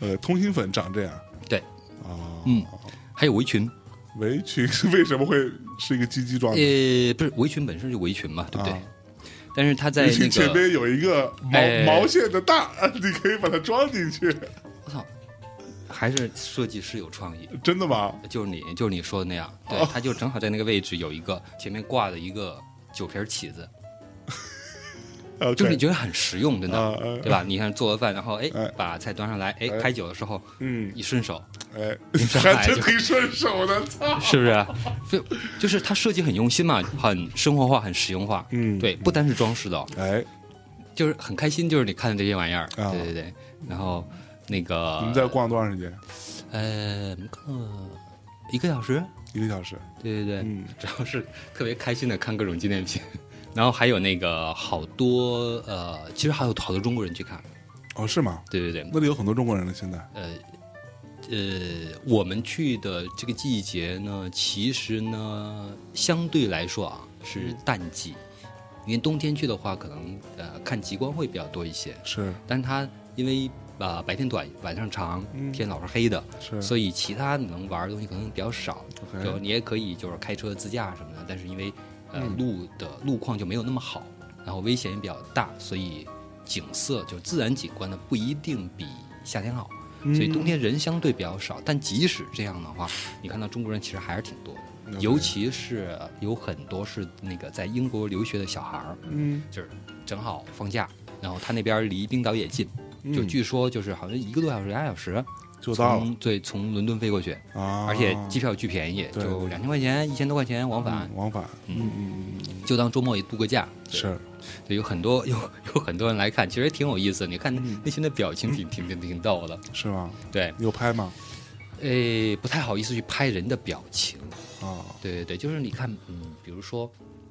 呃，通心粉长这样对，啊，嗯，还有围裙，围裙为什么会是一个鸡鸡状的？呃，不是围裙本身是围裙嘛，对不对？啊但是它在围那裙前个，面有一个毛、哎毛线的大， 你可以把它装进去，我操，还是设计师有创意，真的吗？就是你就是你说的那样，哦对，它就正好在那个位置有一个前面挂的一个酒瓶起子， o 就是你觉得很实用，真啊的，呃对吧？你看做了饭，然后哎哎把菜端上来，哎哎开酒的时候嗯，一顺 手，哎，上还来真就挺顺手的，操！是不是？就就是它设计很用心嘛，很生活化，很实用化。嗯对，不单是装饰的哦，哎，就是很开心，就是你看的这些玩意儿。啊对对对，然后那你个们在逛多长时间？呃，看了一个小时。一个小时。对对对，嗯，主要是特别开心的看各种纪念品， 然后还有那个好多呃，其实还有好多中国人去看。哦，是吗？对对对，那里有很多中国人了，现在。呃。呃，我们去的这个季节呢，其实呢，相对来说啊是淡季，因为冬天去的话，可能呃看极光会比较多一些。是但是它因为啊、呃白天短，晚上长，嗯天老是黑的，是，所以其他能玩的东西可能比较少。 OK 就你也可以就是开车自驾什么的，但是因为呃、嗯路的路况就没有那么好，然后危险也比较大，所以景色就自然景观呢不一定比夏天好。嗯所以冬天人相对比较少，但即使这样的话，你看到中国人其实还是挺多的， OK 尤其是有很多是那个在英国留学的小孩儿，嗯，就是正好放假，然后他那边离冰岛也近，就嗯据说就是好像一个多小时、俩小时，就到了从对从伦敦飞过去，啊，而且机票巨便宜，对就两千块钱、一千多块钱往返嗯，往返，嗯嗯嗯就当周末也度个假。嗯，是对，有很多有 有很多人来看，其实也挺有意思。你看嗯那些人的表情挺挺挺挺逗的，是吗？对，有拍吗？诶，不太好意思去拍人的表情。啊，对对对，就是你看，嗯，比如说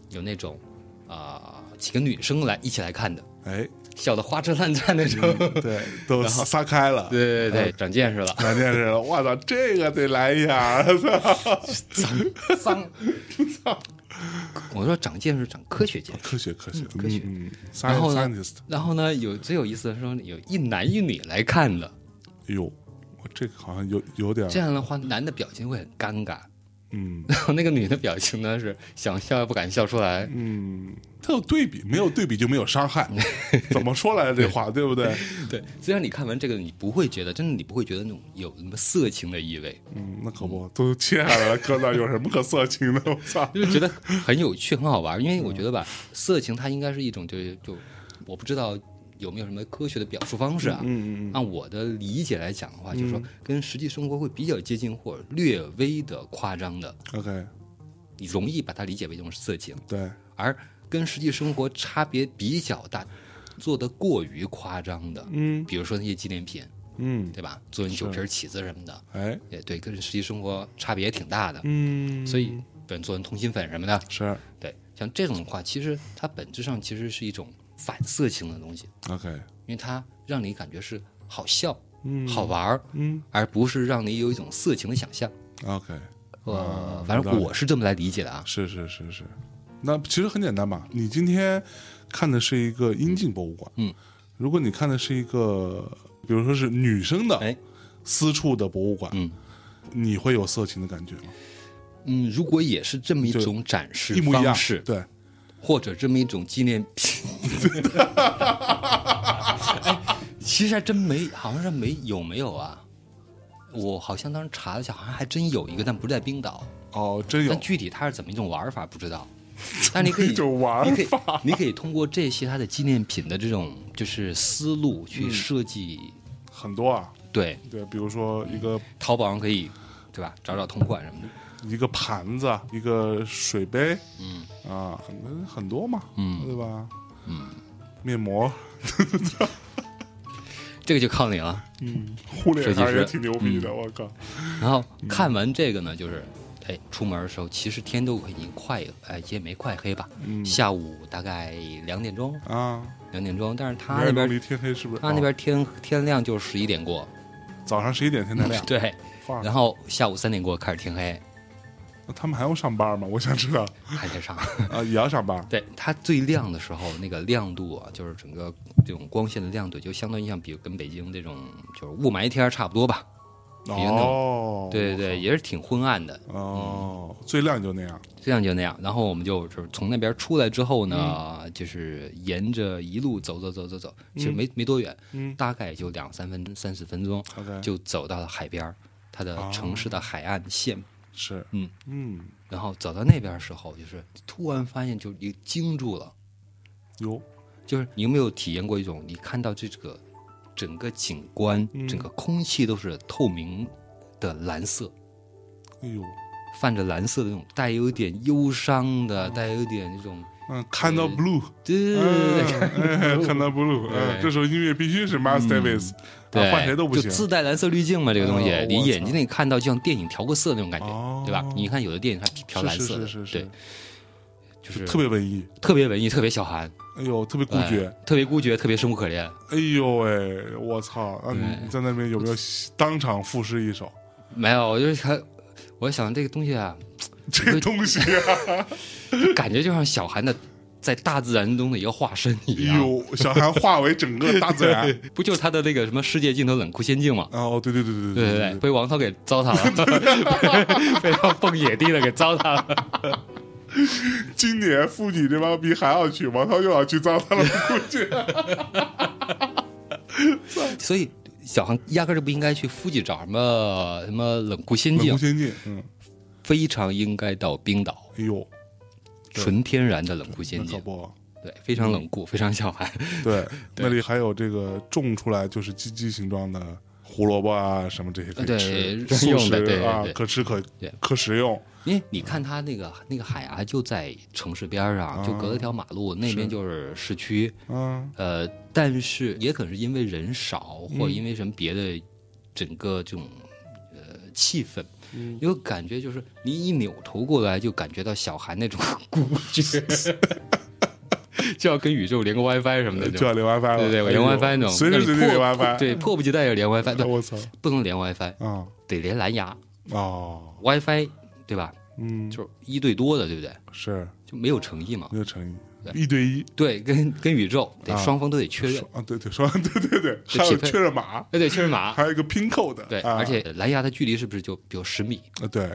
有那种啊、几个女生来一起来看的，哎，笑得花枝乱颤那嗯种。 对，都然后撒开了，对对对，长见 识了，看电视了，我操，这个得来一下，嗯 脏 我说长见识，长科学见识。科学科学科学嗯然后呢，scientist，然后呢，有最有意思的是说，有一男一女来看的，哎呦，我这个好像有有点儿，这样的话，男的表情会很尴尬， 嗯然后那个女的表情呢是想笑又不敢笑出来。嗯，它有对比，没有对比就没有伤 害，怎么说来着这话，对不对？对，虽然你看完这个，你不会觉得，真的你不会觉得那种有什么色情的 意味，嗯，那可不，都切下来了，搁那儿有什么可色情的？我 操！就是觉得很有趣、很好玩。嗯因为我觉得吧，色情它应该是一种就是就我不知道有没有什么科学的表述方式啊。嗯嗯嗯按我的理解来讲的话，就是说跟实际生活会比较接近或者略微的夸张的，嗯，OK，你容易把它理解为一种色情。对，而跟实际生活差别比较大，做的过于夸张的，嗯比如说那些纪念品，嗯，对吧？做成酒瓶、起子什么的，哎，也对，跟实际生活差别也挺大的。嗯，所以，本做成通心粉什么的，是对，像这种的话，其实它本质上其实是一种反色情的东西， OK，因为它让你感觉是好笑、嗯，好，玩儿，嗯而不是让你有一种色情的想象。 ，OK，呃啊，反有道正理我是这么来理解的啊。是是是是，那其实很简单嘛。你今天看的是一个阴茎博物馆，嗯，如果你看的是一个，比如说是女生的哎私处的博物馆，嗯你会有色情的感觉吗？嗯，如果也是这么一就种展示一模一方样，式，对，或者这么一种纪念 品。哎，其实还真没，好像是没有没有啊？我好像当时查了一下，好像还真有一个，但不是在冰岛，哦，真有但具体它是怎么一种玩法不知道。但你 可以一种玩你可以你可以通过这些它的纪念品的这种就是思路去设计，很多啊，对，对，比如说一个淘宝上可以，对吧？找找同款什么的。一个盘子，啊一个水杯，嗯啊，很很多嘛，嗯，对吧？嗯，面 膜，这个就靠你了。嗯，互联设计还是师挺牛逼的，我靠，然后看完这个呢，就是，哎，出门的时候其实天都已经快，哎，也没快黑吧，嗯下午大概两点钟，啊，两点钟，但是他你那爱边离天黑是不是？他那哦边天天亮就十一点过，，早上十一点天才亮啊 对，放然后下午三点过开始天黑，那他们还要上班吗？我想知道还 在上。啊，也要上 班对，它最亮的时候，那个亮度啊，就是整个这种光线的亮度，就相当于像比如跟北京这种就是雾霾天儿差不多吧。别弄哦，对对对，也是挺昏暗的，哦，最亮就那样，这样就那样。然后我们就就是从那边出来之后呢，嗯就是沿着一路走走走走走，其实没、没多远，嗯大概也就两三分三四分钟， ，OK，就走到了海边儿，它的哦城市的海岸线。是，嗯嗯，然后走到那边的时候，就是突然发现就一惊住了，有，就是你有没有体验过一种，你看到这个整个景观、嗯整个空气都是透明的蓝色，哎呦，泛着蓝色的那种带有点忧伤的，带有点那种，嗯，看到呃 blue，对对对对对嗯哎看到 blue，嗯，对这首音乐必须是 Miles 嗯 Davis，对，啊换谁都不就行。自带蓝色滤镜嘛，这个东西，哦你我眼操睛里看到就像电影调过色那种感觉，哦对吧？你看有的电影它调蓝色的，是是是是对，就是特别文艺，特别文艺，特别小寒，哎呦，特别孤哎绝，特别孤绝，特别生无可恋。哎呦喂，我操！啊，对你在那边有没有当场赋诗一首？没有，我就是看，我想这个东西啊，这东西啊，感觉就像小寒的在大自然中的一个化身 哎一样，呦，小韩化为整个大自 然。不就是他的那个什么世界尽头冷酷仙境嘛？哦，对对对对对对对，被王涛给糟蹋了， 被他蹦野地的给糟蹋了。今年妇女这帮逼还要去，王涛又要去糟蹋 了，估计。所以小韩压根儿就不应该去夫妻找什么什么冷酷仙境冷，仙境，嗯，非常应该到冰岛，哎呦，对嗯纯天然的冷酷仙那可境，不，对，非常冷酷，非常小 寒。对，那里还有这个种出来就是鸡鸡形状的胡萝卜啊，什么这些可以对吃，是素用食的对对啊对，可吃可对可食用，因为你看它那个那个海啊，就在城市边儿上，就隔了条马路，那边就是市区。啊嗯，呃，但是也可能是因为人少，或者因为什么别的，整个这种呃气氛，嗯有感觉就是你一扭头过来，就感觉到小韩那种 孤 绝，就要跟宇宙连个 WiFi 什么的那就种。要连 WiFI 了，对对，哎我呦连 WiFi 那种，随时随地让你连迫 WiFi，对，迫不及待要连 WiFi，哎，对，我操，不能连 WiFi，啊，得连蓝牙哦， WiFi，对吧？嗯，就是一对多的，对不对？是就没有诚意嘛。没有诚意，对一对一，对，跟跟宇宙得啊双方都得确认说，啊，对对，说 对对对，还有匹配缺着码，哎，对，确认 码。还有一个拼扣的，对，啊而且蓝牙的距离是不是就比如十米？呃对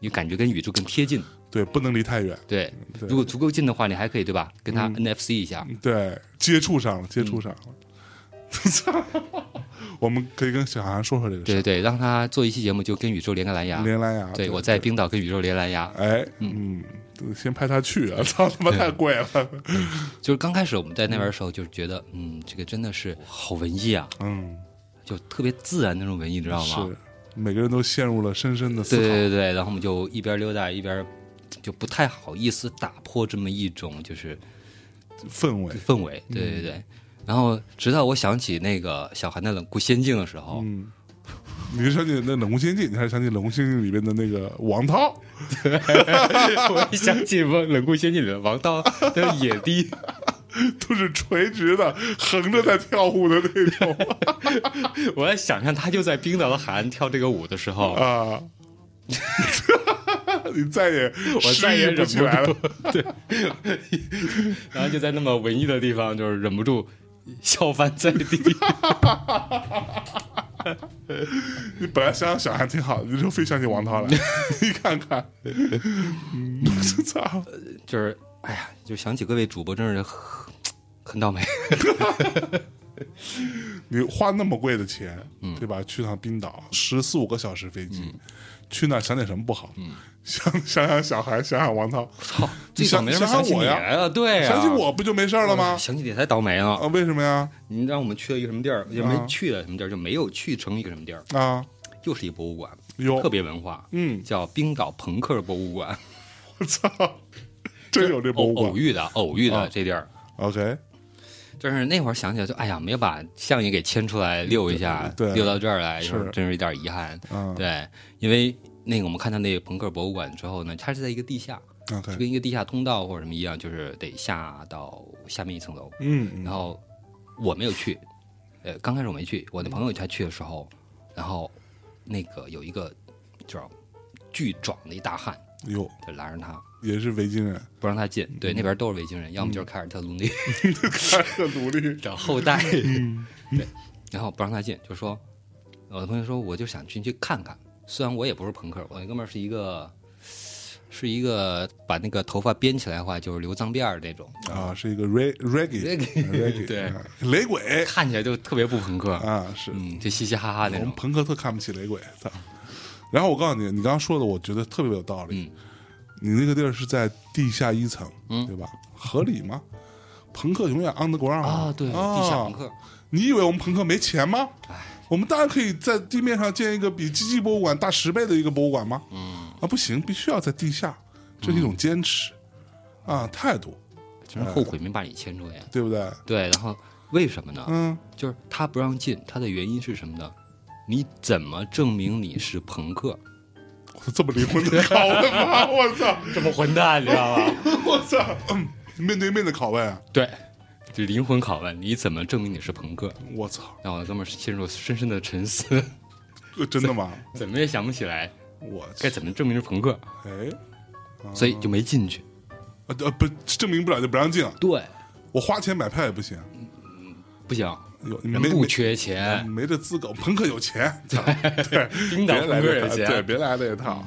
你感觉跟宇宙更贴近。对，不能离太远，对，对嗯如果足够近的话，你还可以对吧？跟它 NFC 一下。对，接触上嗯了，接触上了。 我们可以跟小韩说说这个事对对对，让它做一期节目就跟宇宙连个蓝牙儿。。连啊蓝牙，对，我在冰岛跟宇宙连蓝 牙。哎，嗯，先派他去啊！操他妈太贵 了，就是刚开始我们在那边的时候，就是觉得，嗯，这个真的是好文艺啊，嗯，就特别自然那种文艺，你知道吗？是，每个人都陷入了深深的思对考。对对对，然后我们就一边溜达一边就不太好意思打破这么一种就是氛围，氛围，对对对。然后直到我想起那个小韩的《冷酷仙境》的时 候，嗯。你是想起那《冷酷仙境》，你还是想起《冷酷仙境》里面的那个王涛？ 我一想起我冷酷仙境里的王道的野地，都是垂直的、横着在跳舞的那种我在想象他就在冰岛的海岸跳这个舞的时候，啊！ 你再也我再也适应不忍起不来了，住，对，然后就在那么文艺的地方，就是忍不住笑翻在地。 你本来想想小孩挺好的，你就非想起王涛来， 你看看， 嗯，操！ 就是哎呀，就想起各位主播真是很很倒霉。你花那么贵的钱，嗯对吧？去趟冰岛，十四五个小时飞机，去那儿想点什么不好？想想想小孩，想想王涛，嗯操，你最倒想霉的时候想起想你我呀来了，对、啊，嗯想起我不就没事儿了吗？想起你才倒霉呢。啊，为什么呀？你让我们去了一个什么地儿，也没啊去了什么地儿，就没有去成一个什么地儿，啊，又是一博物馆，特有，别文化，嗯，叫冰岛朋克博物馆，我操， 真有这博物偶馆偶。遇的，偶遇啊的这地儿。 OK，就是那会儿想起来就，哎呀，没把相爷给牵出来溜一下，对对溜到这儿来，是就是真是有点遗憾。啊对，因为那个我们看到那个朋克博物馆之后呢，它是在一个地下，就，OK，跟一个地下通道或者什么一样，就是得下到下面一层楼。嗯，然后我没有去，呃，刚开始我没去，我那朋友他去的时候，然后那个有一个就是巨壮的一大汉，有，就拦着他也是维京人，不让他进。对，那边都是维京人，要么就是凯尔特奴 隶，看着努力，找后代。对，然后不让他进，就说我的朋友说我就想进去看看，虽然我也不是朋克，我那哥们儿是一个。是一个把那个头发编起来的话，就是留脏辫儿那种， 啊，是一个 re reggae reggae 对啊雷鬼看起来就特别不朋克，啊，是嗯，就嘻嘻哈哈那我们种。朋克特看不起雷鬼，操！然后我告诉你，你刚刚说的，我觉得特别有道理。你那个地儿是在地下一层，对吧？合理吗？朋克永远 underground 啊，对，地下朋克，你以为我们朋克没钱吗？我们当然可以在地面上建一个比基基博物馆大十倍的一个博物馆吗？嗯，啊，不行，必须要在地下，这是一种坚持、啊，态度，真是后悔没把你牵出来。对不对？对，然后为什么呢？嗯，就是他不让进，他的原因是什么呢？你怎么证明你是朋克？我这么灵魂的拷问吗？我操！这么混蛋，你知道吗？我操！嗯面对面的拷问啊！ 对，就灵魂拷问，你怎么证明你是朋克？我操！让我的哥们儿陷入深深的沉思，呃真的吗？怎么也想不起来我该怎么证明是朋克，哎，所以就没进去。呃呃不证明不了就不让进了，对，我花钱买票也不行，不行，有你人没不没缺钱，没这资格，朋克有钱，操冰岛别朋克来这有套，对，钱，别来这一套。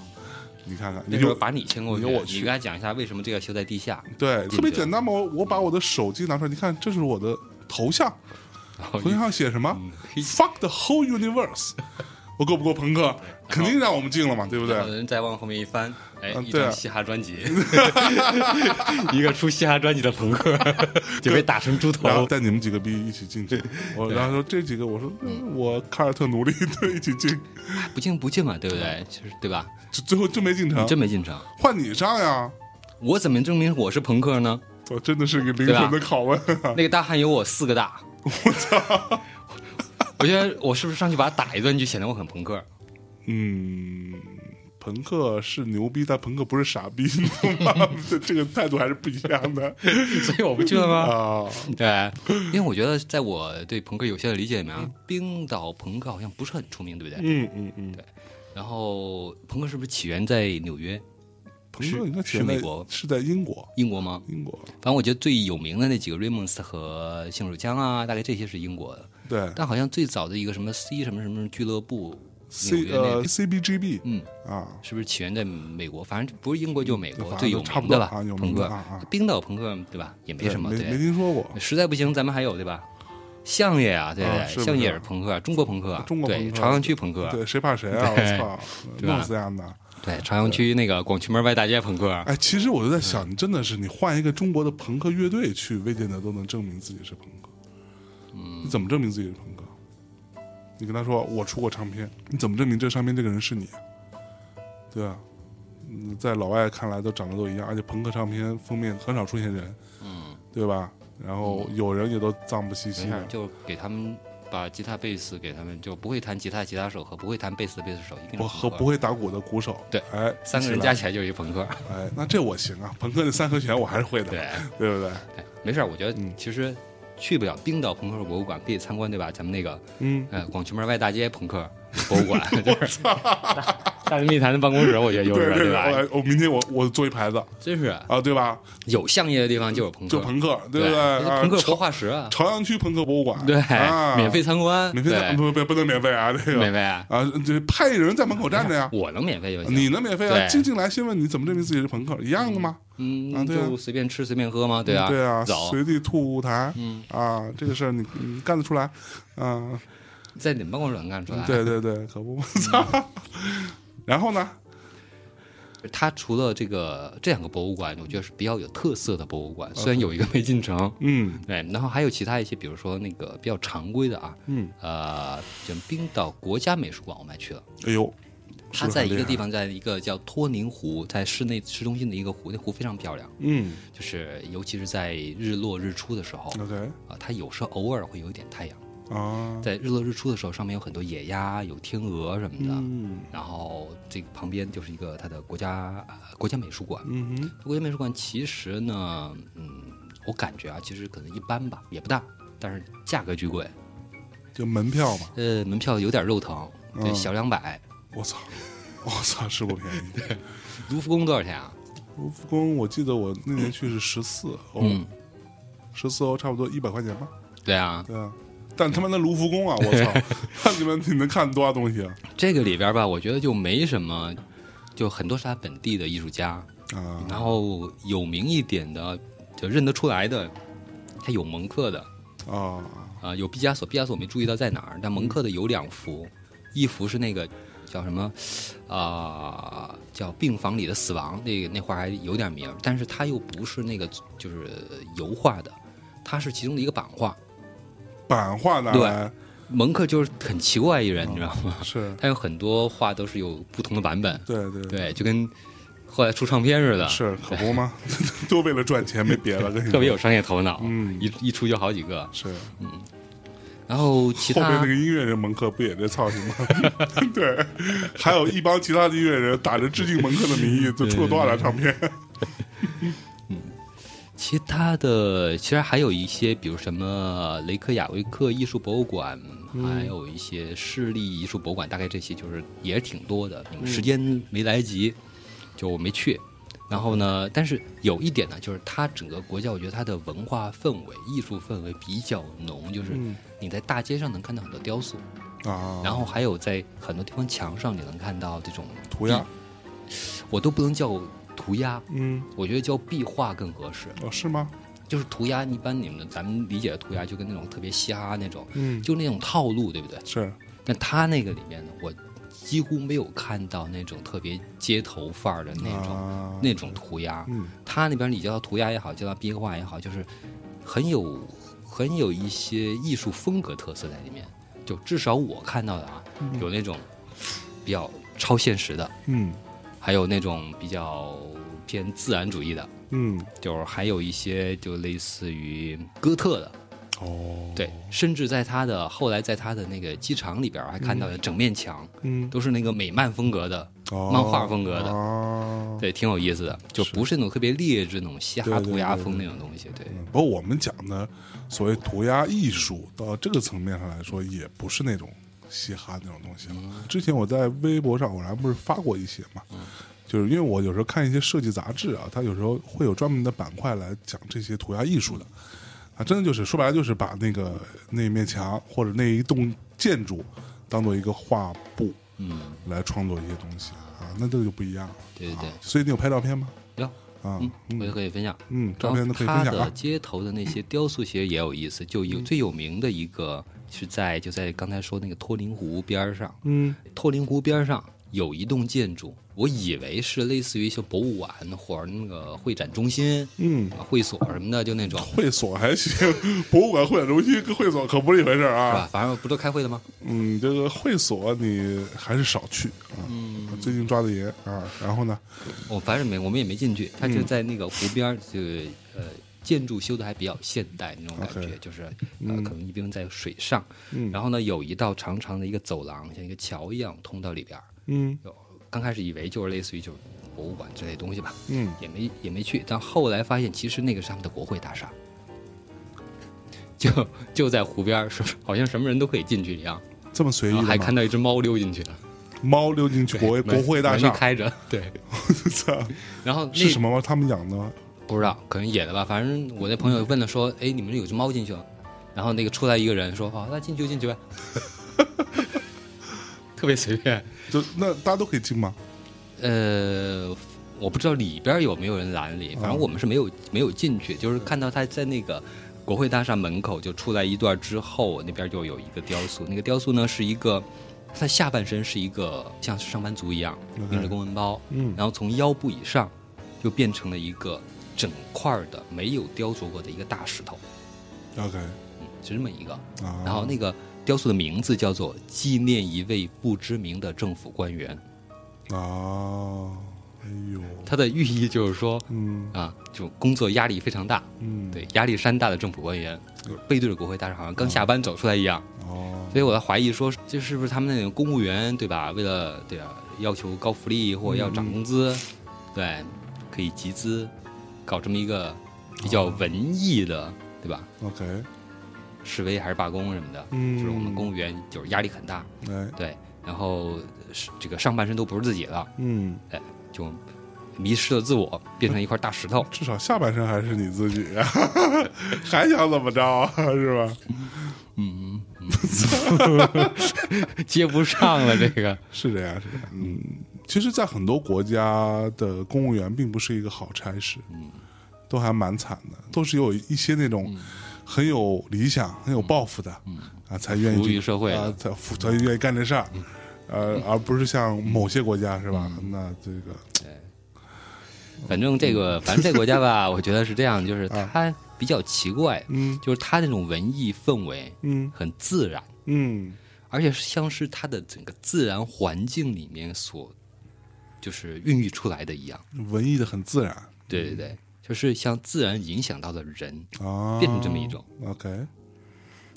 你看看，那你时候就把你牵过去，你就我你去跟他讲一下为什么这个修在地下，对，特别对简单嘛。我我把我的手机拿出来，你看，这是我的头像，然后头像上写什么？Fuck the whole universe，我够不够朋克？肯定让我们进了嘛，对不对？有人再往后面一翻，哎，嗯一对啊张嘻哈 专辑， 一个出嘻哈专辑的 朋克就被打成猪然后头，带你们几个逼一起 进去，我然后说这几个，我说嗯我凯尔特奴隶对一起进，哎不进不进嘛，对不对？嗯就是对吧？就最后就没进城你，真没进城，换你上呀！我怎么证明我是朋克呢？我真的是一个灵魂的拷问啊！ 那个大汉有我四个大，我操！我觉得我是不是上去把他打一顿，就显得我很 朋克？嗯，朋克是牛逼，但朋克不是傻逼，你懂 吗？这这个态度还是不一样的所以我不去了吗？啊！对，因为我觉得在我对朋克有限的理解里面啊，冰岛朋克好像不是很出名，对不对？嗯嗯嗯，然后朋克是不是起源在纽约、朋克应该是起源在美国是在英国，英国吗？英国反正我觉得最有名的那几个 Ramos 和杏树枪啊，大概这些是英国的。对但好像最早的一个什么 C 什么什么俱乐部，纽 C 约那呃边， CBGB 嗯，啊，是不是起源在美国？反正不是英国就是美国反最有正差不名多的吧，啊，有朋名的克。啊啊，冰岛朋克对吧？也没什么，没没对。听说过。实在不行，咱们还有对吧？相爷啊，对啊是不是相爷也是朋克，中国朋克，啊中国朋对克朝阳区朋克，对，谁怕谁啊！我对操，对吧弄死这样的！对朝阳区那个广渠门外大街朋克，啊哎，其实我就在想，真的是你换一个中国的朋克乐队去，魏建德都能证明自己是朋克。嗯，你怎么证明自己是朋克？你跟他说我出过唱片，你怎么证明这上面这个人是你？对啊，嗯在老外看来都长得都一样，而且朋克唱片封面很少出现人，嗯，对吧？然后有人也都脏不兮没兮事儿，的，就给他们把吉他、贝斯给他们，就不会弹吉他的吉他手和不会弹贝斯的贝斯手一定我是和朋不克。会打鼓的鼓手，对哎，三个一人起加来，起来就是一朋克。哎，那这我行啊，朋克的三和弦我还是会的，对， 对不对？哎没事儿，我觉得嗯其实去不了冰岛朋克博物馆可以参观，对吧？咱们那个嗯，呃广渠门外大街朋克博物馆， 就是大内密谈的办公室，我觉得有对点对对，对吧？我我明天我我做一牌子真是啊，对吧？有相爷的地方就有朋克，就朋克，对对不对？啊朋克朝活化石啊，朝阳区朋克博物馆，对，啊免费参观，免费的，不对不不能免费啊，这免个费啊，啊，这派人在门口站着呀，我能免费就行。你能免费啊？对进进来先问你怎么证明自己是朋克，一样的吗？啊嗯，对啊就随便吃随便喝吗？对嗯啊，对啊，走，随地吐痰嗯，啊，这个事儿你你干得出来啊？在你们办公室能干出来。对对对，可不，嗯操！ 然后呢？它除了这个这两个博物馆，我觉得是比较有特色的博物哦馆，虽然有一个没进城。 嗯对，然后还有其他一些，比如说那个比较常规的啊，嗯，呃，就冰岛国家美术馆我们还去了，哎呦，它是在很一个厉害地方，在一个叫托宁湖，在市内市中心的一个湖，那湖非常漂亮，嗯就是尤其是在日落日出的时候，OK 啊，它有时候偶尔会有一点太阳，啊，在日落日出的时候，上面有很多野鸭、有天鹅什么的，嗯然后这个旁边就是一个它的国家、呃、国家美术馆。嗯哼，国家美术馆其实呢，嗯，我感觉啊，其实可能一般吧，也不大，但是价格巨贵，就门票嘛，呃，门票有点肉疼，对，嗯小两百。我操，我操，是不便宜。卢浮宫多少钱啊？卢浮宫，我记得我那年去是十四欧，嗯，十四哦欧差不多一百块钱吧。对啊，对啊，但他妈那卢浮宫啊，我 操，那你们你能看多少东西啊？这个里边吧，我觉得就没什么，就很多是他本地的艺术家，啊，然后有名一点的，就认得出来的，他有蒙克的，啊，啊、有毕加索，毕加索我没注意到在哪儿，但蒙克的有两幅，一幅是那个叫什么啊、叫病房里的死亡，那个那画还有点名儿，但是它又不是那个就是油画的，它是其中的一个版画。版画拿来蒙克就是很奇怪一人，你知道吗？是，他有很多画都是有不同的版本，对对，对，就跟后来出唱片似的，是可不吗？ 都为了赚钱，没 别的，跟你说特别有商业头脑，嗯一一出就好几个。是然后其后他边那个音乐人蒙克不也这操性吗？ 对，还有一帮其他的音乐人打着致敬蒙克的名义，就出了多少张唱片？其他的其实还有一些，比如什么雷克雅未克艺术博物馆，还有一些市立艺术博物馆，大概这些就是也挺多的。你们时间没来及，就我没去。然后呢，但是有一点呢，就是它整个国家，我觉得它的文化氛围、艺术氛围比较浓，就是嗯你在大街上能看到很多雕塑，啊，然后还有在很多地方墙上你能看到这种涂鸦，我都不能叫涂鸦，嗯，我觉得叫壁画更合适。哦，是吗？就是涂鸦，一般你们咱们理解的涂鸦就跟那种特别瞎那种，嗯，就那种套路，对不对？是但他那个里面呢，我几乎没有看到那种特别街头范儿的那种、啊，那种涂鸦。嗯他那边你叫它涂鸦也好，叫它壁画也好，就是很有很有一些艺术风格特色在里面。就至少我看到的啊，有那种比较超现实的，嗯还有那种比较偏自然主义的，嗯，就是还有一些就类似于哥特的。哦，对，甚至在他的后来，在他的那个机场里边儿还看到了整面墙、嗯，都是那个美漫风格的，哦漫画风格的哦对，挺有意思的，就是不是那种特别劣质那种嘻对哈对涂鸦对风对那种东西，对，不过我们讲的所谓涂鸦艺术，到这个层面上来说，也不是那种嘻哈那种东西了。嗯之前我在微博上偶然不是发过一些嘛，就是因为我有时候看一些设计杂志啊，它有时候会有专门的板块来讲这些涂鸦艺术的。啊，真的就是说白了，就是把那个那面墙或者那一栋建筑当做一个画布嗯，来创作一些东西啊，那这个就不一样了。对对对啊，所以你有拍照片吗？有，啊，嗯，回嗯头可以分享。嗯，照片然后都可以分他享嗯的啊。街头的那些雕塑其实也有意思，就有最有名的一个是在就在刚才说那个托林湖边儿上，嗯，托林湖边儿上有一栋建筑，我以为是类似于像博物馆或者那个会展中心、嗯，会所什么的，就那种。会所还行， 博物馆、会展中心跟会所可不是一回事儿是啊。吧？反正不都开会的吗？嗯，这个会所你还是少去啊。嗯，最近抓的严啊。然后呢，我哦反正没，我们也没进去，它就嗯在那个湖边儿，就呃建筑修的还比较现代那种感 OK 觉，就是呃嗯可能一边在水上，嗯，然后呢有一道长长的一个走廊，像一个桥一样通到里边儿。嗯有刚开始以为就是类似于就是博物馆之类的东西吧，嗯也没也没去，但后来发现其实那个是他们的国会大厦，就就在湖边儿，是不是好像什么人都可以进去一样，这么随意的然后吗还看到一只猫溜进去了，猫溜进去国会国门会大门厦一，开着，对， 操然后那是什么猫？他们养的吗？不知道，可能野的吧。反正我那朋友问了说：“嗯哎，你们有只猫进去了？”然后那个出来一个人说：“哦，那进去就进去呗。 特别随便。就那大家都可以进吗？”呃，我不知道里边有没有人拦嗯你，反正我们是没有没有进去，就是看到他在那个国会大厦门口就出来一段之后，那边就有一个雕塑，那个雕塑呢是一个。他下半身是一个像上班族一样 OK 拎着公文包，嗯然后从腰部以上就变成了一个整块儿的没有雕琢过的一个大石头， ，OK 嗯，是这么一个。啊，然后那个雕塑的名字叫做“纪念一位不知名的政府官员啊，哎呦，”，它的寓意就是说嗯啊，就工作压力非常大，嗯，对，压力山大的政府官员，就是背对着国会大厦，好像刚下班走出来一样。哦，所以我在怀疑说，这是不是他们那种公务员对吧？为了对啊，要求高福利或要涨工资，对，可以集资搞这么一个比较文艺的，对吧？ OK，示威还是罢工什么的，嗯，就是我们公务员就是压力很大，哎，对，然后呃是这个上半身都不是自己了，嗯，就迷失了自我，变成一块大石头。至少下半身还是你自己，啊 还想怎么着啊？是吧？嗯，嗯 接不上了这个。是这样，是这样。嗯，其实，在很多国家的公务员并不是一个好差事，嗯，都还蛮惨的，都是有一些那种很有理想、很有抱负的，嗯啊，才愿意服务于社会的嗯啊，才服才愿意干这事儿，呃，而不是像某些国家是吧？那这个反正这个，反正这个国家吧，我觉得是这样，就是它比较奇怪，嗯就是它那种文艺氛围嗯很自然，嗯而且是像是它的整个自然环境里面所就是孕育出来的一样。文艺的很自然对对对，就是像自然影响到的人，啊，变成这么一种。 OK。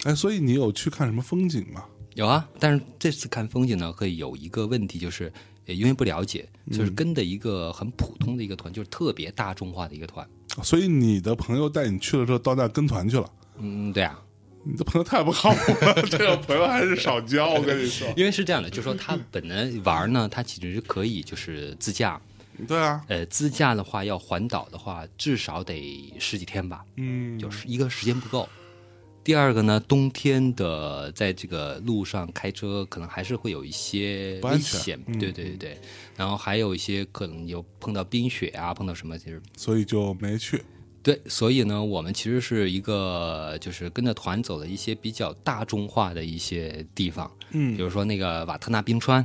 哎，所以你有去看什么风景吗？有啊，但是这次看风景呢，会有一个问题，就是呃因为不了解，就是跟着一个很普通的一个团，就是特别大众化的一个团。所以你的朋友带你去了之后，到那儿跟团去了。嗯，对啊，你的朋友太不靠谱了，这种朋友还是少交。我跟你 说，因为是这样的，就是说他本来玩呢，他其实是可以就是自驾，对啊，呃，自驾的话要环岛的话，至少得十几天吧，嗯，就是一个时间不够。第二个呢，冬天的在这个路上开车，可能还是会有一些不安危全险，嗯对对对对。然后还有一些可能有碰到冰雪啊，碰到什么，其实所以就没去。对，所以呢，我们其实是一个就是跟着团走的一些比较大众化的一些地方，比嗯如说那个瓦特纳冰川，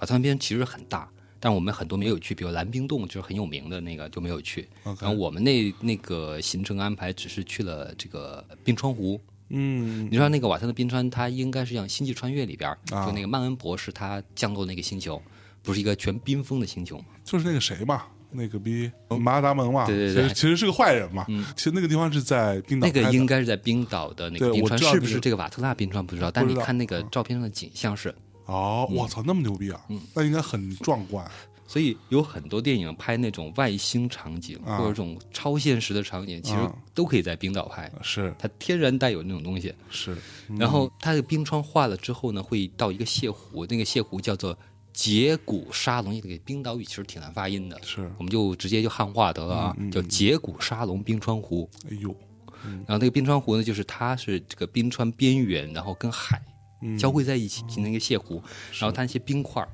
瓦特纳冰川其实很大，但我们很多没有去，比如蓝冰洞就是很有名的那个就没有去。 ，OK，然后我们那那个行程安排只是去了这个冰川湖，嗯你知道那个瓦特纳冰川，它应该是像《星际穿越》里边儿，啊就那个曼恩博士他降落那个星球，不是一个全冰封的星球吗？就是那个谁嘛，那个逼马达蒙嘛，哦对对其对实其实是个坏人嘛。其实那个地方是在冰岛那拍的，个应该是在冰岛的那对个冰我川，知道是那不个是这个瓦特纳冰川不知道，但不知你道嗯看那个照片上的景象是，哦，嗯我操，那么牛逼啊！那应该很壮观。所以有很多电影拍那种外星场景啊或者这种超现实的场景，其实都可以在冰岛拍，是它天然带有那种东西。是，然后它的冰川化了之后呢，会到一个泻湖，那个泻湖叫做杰古沙龙，这个冰岛语其实挺难发音的，是嗯我们就直接就汉化得了啊，叫杰古沙龙冰川湖。哎呦，然后那个冰川湖呢，就是它是这个冰川边缘，然后跟海嗯交汇在一起，形成一个泻湖。然后它那些冰块儿，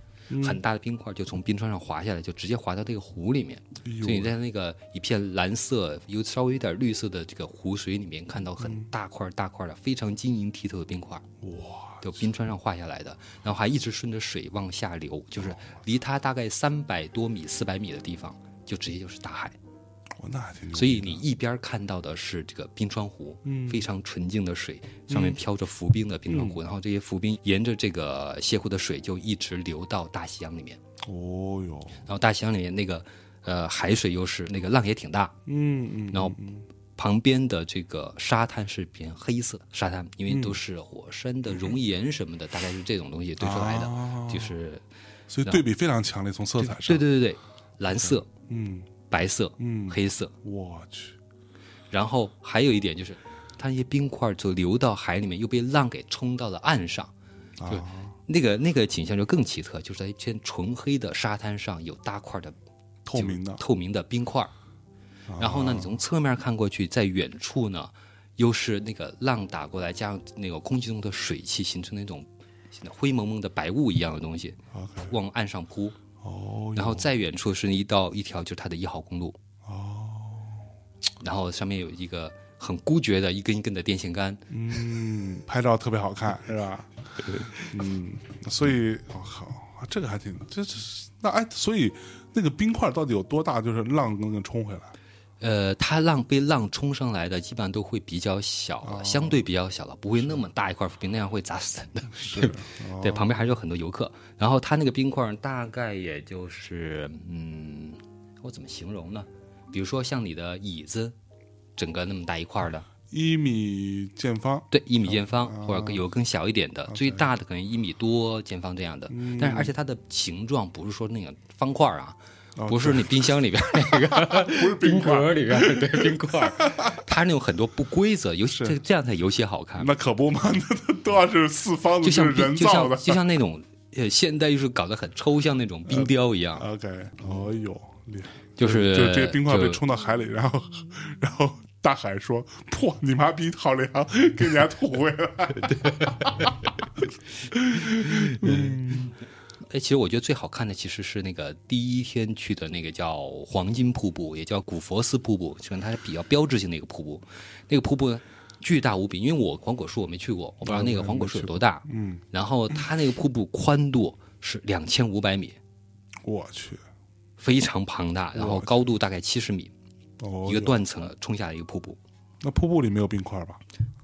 很大的冰块儿就从冰川上滑下来，就直接滑到这个湖里面。哎所以你呦，在那个一片蓝色、有稍微有点绿色的这个湖水里面，看到很大块儿大块儿的、非常晶莹剔透的冰块儿，哇，就冰川上化下来的，然后还一直顺着水往下流，就是离它大概三百多米、四百米的地方，就直接就是大海。我那还挺牛逼的。所以你一边看到的是这个冰川湖，嗯非常纯净的水，上面飘着浮冰的冰川湖，然后这些浮冰沿着这个泻湖的水就一直流到大西洋里面，哦哟，然后大西洋里面那个呃海水又是那个浪也挺大，嗯嗯，然后旁边的这个沙滩是偏黑色的沙滩，因为都是火山的熔岩什么的，大概是这种东西堆出来的，啊就是所以对比非常强烈，从色彩上，对对对对，蓝色、嗯白色、嗯，黑色，我去，然后还有一点就是，它那些冰块就流到海里面，又被浪给冲到了岸上。啊，那个那个景象就更奇特，就是在一片纯黑的沙滩上有大块的透明的，透明的冰块，啊然后呢，你从侧面看过去，在远处呢，又是那个浪打过来，加上那个空气中的水汽形成那种灰蒙蒙的白雾一样的东西 OK，往岸上扑，哦哟，然后再远处是一道一条就是它的一号公路，哦，然后上面有一个很孤绝的一根一根的电线杆，嗯，拍照特别好 看，是吧？嗯，所以我靠、这个还挺，这这是那哎，所以那个冰块到底有多大？就是浪能给冲回来？呃，它浪被浪冲上来的，基本上都会比较小哦了，相对比较小了，不会那么大一块浮冰，那样会砸死人的。是，哦对，旁边还是有很多游客。然后它那个冰块儿大概也就是，嗯，我怎么形容呢？比如说像你的椅子，整个那么大一块儿的，一米见 方，对，一米见方，哦或者更有更小一点的，最大的可能一米多见方这样的。嗯但是而且它的形状不是说那个方块儿啊，哦不是你冰箱里边儿那 个不是冰冰 块，壳里边儿对冰块儿，它那种很多不规则，尤其这这样才游戏好看。那可不嘛，那都都要是四方的，就嗯像是人冰就造的像。就像那种呃现代艺术搞得很抽象那种冰雕一样， OK，哦呦，厉害！就是呃就这些冰块被就冲到海里，然后，然后大海说：“破你妈逼，好凉，给你家吐回来。 哎，其实我觉得最好看的其实是那个第一天去的那个叫黄金瀑布，也叫古佛寺瀑布，就是它比较标志性的一个瀑布。那个瀑布巨大无比，因为我黄果树我没去啊过，我不知道那个黄果树有多大。嗯，然后它那个瀑布宽度是两千五百米，”我去，非常庞大，然后高度大概七十米，哦一哟个断层冲下来一个瀑布。那瀑布里没有冰块吧？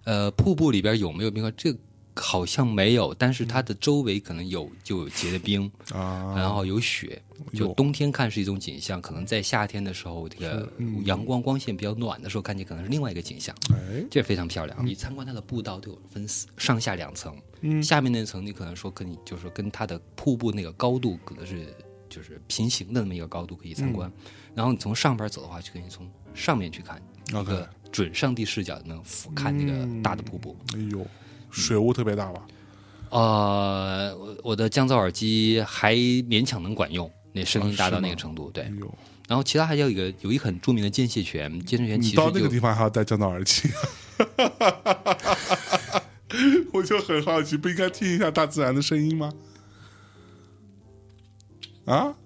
呃，瀑布里边有没有冰块？这个好像没有，但是它的周围可能有就有结的冰，啊，然后有雪。就有冬天看是一种景象，可能在夏天的时候，这个嗯阳光光线比较暖的时候看见，可能是另外一个景象，哎，这非常漂亮。你参观它的步道都有分四上下两层，嗯下面那层你可能说跟你就是跟它的瀑布那个高度可能是就是平行的那么一个高度可以参观，嗯然后你从上边走的话，就可以从上面去看一 OK 个准上帝视角能俯瞰那个大的瀑布。哎呦，水雾特别大吧？呃，我我的降噪耳机还勉强能管用，那声音达到那个程度，对哎。呦，然后其他还有一个有一个很著名的间歇泉，间歇泉其嗯你实到那个就地方还要戴降噪耳机， 我就很好奇，不应该听一下大自然的声音吗？啊？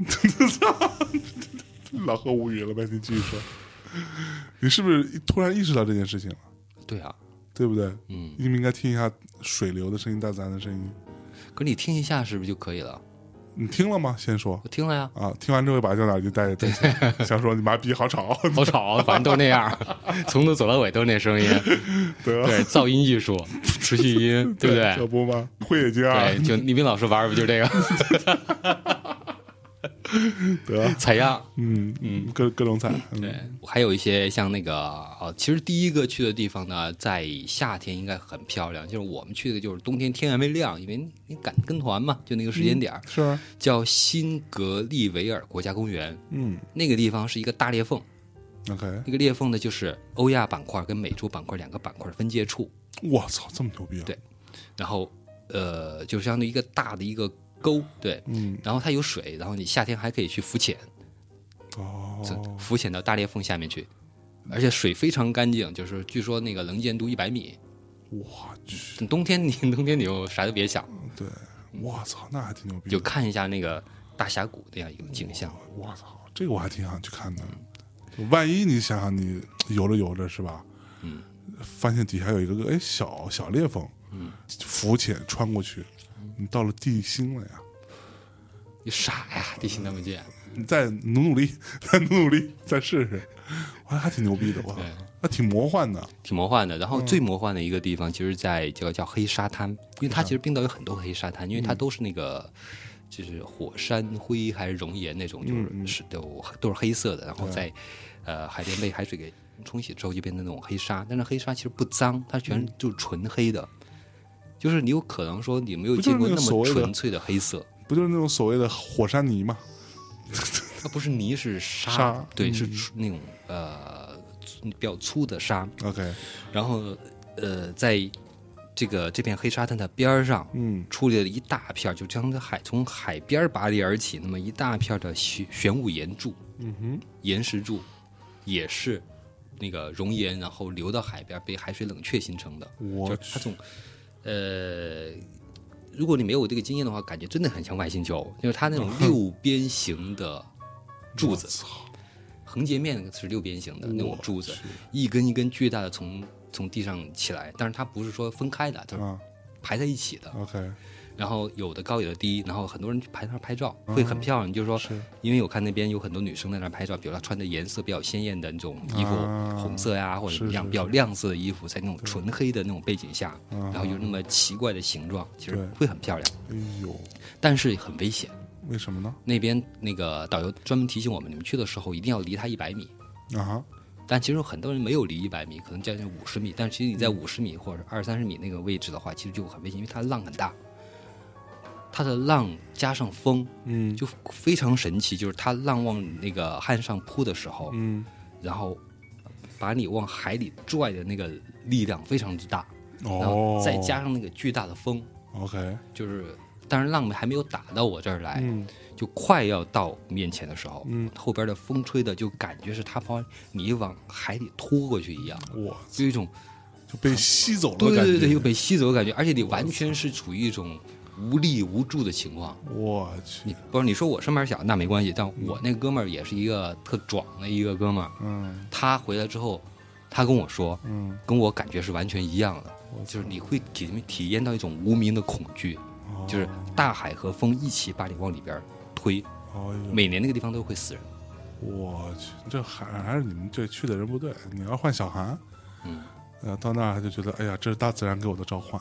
老何无语了呗，你继续说。你是不是突然意识到这件事情了？对啊，对不对？嗯，你们应该听一下水流的声音、大自然的声音。可是你听一下是不是就可以了？你听了吗？先说我听了呀，啊，听完之后把降噪耳机戴戴起来，想说你妈逼好吵，好吵，反正都那 样儿，从头走到尾都是那声音。得对，噪音艺术，持续音，对不可 对？不吗？会眼睛啊，对，就倪斌老师玩儿不就这 个得，采样？嗯嗯，各各种彩，嗯对，还有一些像那个呃，其实第一个去的地方呢，在夏天应该很漂亮，就是我们去的就是冬天天还没亮，因为你你赶跟团嘛，就那个时间点儿、是啊，叫辛格利维尔国家公园，嗯那个地方是一个大裂缝， ，OK，那个裂缝呢就是欧亚板块跟美洲板块两个板块的分界处，我操，这么牛逼啊！对然后呃，就相当于一个大的一个沟，对，嗯，然后它有水，然后你夏天还可以去浮潜，哦，浮潜到大裂缝下面去，而且水非常干净，就是据说那个能见度一百米。我去，冬天你 冬天你就啥都别想，对，我操，那还挺牛逼啊就的，看一下那个大峡谷那样一个景象。我操，这个我还挺想去看的。万一你想想，你游着游着是吧？嗯，发现底下有一个哎小小裂缝，嗯，浮潜穿过去，你到了地心了呀！你傻呀，地心那么近，你再努努力， 再努努力，再试试，我还挺牛逼的，我操对，那挺魔幻的。挺魔幻的。然后最魔幻的一个地方，其实在这个叫黑沙滩，因为它其实冰岛有很多黑沙滩，因为它都是那个就是火山灰还是熔岩那种，就是、嗯嗯嗯是都都是黑色的，然后对在呃海边被海水给冲洗之后就变成那种黑沙，但是黑沙其实不脏，它全嗯就是纯黑的，就是你有可能说你没有不就是见过那个那所么谓的纯粹的黑色，不就是那种所谓的火山泥吗？它不是泥是沙，沙对，是嗯粗那种呃粗比较粗的沙， OK，然后呃在这个这片黑沙滩的边儿上嗯出了一大片儿，就将海从海边儿拔地而起，那么一大片儿的玄玄武岩柱、嗯哼，岩石柱，也是那个熔岩，然后流到海边儿被海水冷却形成的。我就是它从呃，如果你没有这个经验的话，感觉真的很像外星球，就是它那嗯种六边形的柱子，横截面是六边形的那种柱子，一根一根巨大的从从地上起来，但是它不是说分开的，它是啊排在一起的。 ，OK，然后有的高有的低，然后很多人去拍那儿拍照，会很漂亮。就是说嗯是，因为我看那边有很多女生在那儿拍照，比如她穿的颜色比较鲜艳的那种衣服，啊红色呀、或者什么样是是嗯比较亮色的衣服，在那种纯黑的那种背景下，然后有那么奇怪的形状，其实对会很漂亮，哎呦，但是很危险。为什么呢？那边那个导游专门提醒我们，你们去的时候一定要离它一百米。啊哈，但其实很多人没有离一百米，可能将近五十米。但其实你在嗯五十米或者二三十米那个位置的话，其实就很危险，因为它的浪很大，它的浪加上风，嗯就非常神奇。就是它浪往那个岸上扑的时候，嗯，然后把你往海里拽的那个力量非常之大，然哦后，再加上那个巨大的风， OK，就是当然浪还没有打到我这儿来，嗯就快要到面前的时候，嗯，后边的风吹的就感觉是它把你往海里拖过去一样。我就一种就被吸走了，对感觉，对对对，又被吸走的感觉，而且你完全是处于一种无力无助的情况。我去你，不是你说我上面小那没关系，但我那哥们儿也是一个特壮的一个哥们儿，嗯他回来之后，他跟我说，嗯，跟我感觉是完全一样的我，就是你会体体验到一种无名的恐惧，哦就是大海和风一起把你往里边儿推，哎呦，每年那个地方都会死人。我去，这还还是你们这去的人不对。你要换小韩，嗯呃，到那儿他就觉得，哎呀，这是大自然给我的召唤，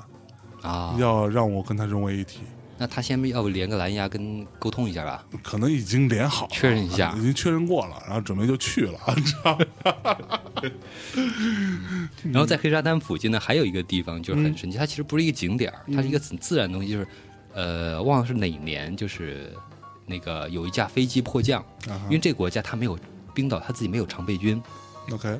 嗯啊，要让我跟他融为一体。那他先要不连个蓝牙跟沟通一下吧？可能已经连好了，确认一下已经确认过了，然后准备就去了， 你知道吗？嗯然后在黑沙滩附近呢，还有一个地方就是很神奇，它其实不是一个景点儿，它是嗯一个很自然的东西，就是，呃，忘了是哪年，就是那个有一架飞机迫降，啊因为这个国家它没有冰岛，它自己没有常备军，哈 OK，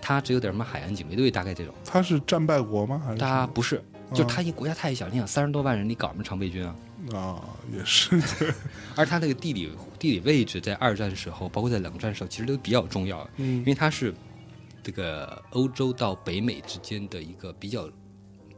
它只有点什么海岸警卫队大概这种，他是战败国吗？还是它不是，就啊它一国家太小，你想三十多万人，你搞什么常备军啊？啊，也是 而它那个地理地理位置在二战时候，包括在冷战时候，其实都比较重要，嗯因为它是这个欧洲到北美之间的一个比较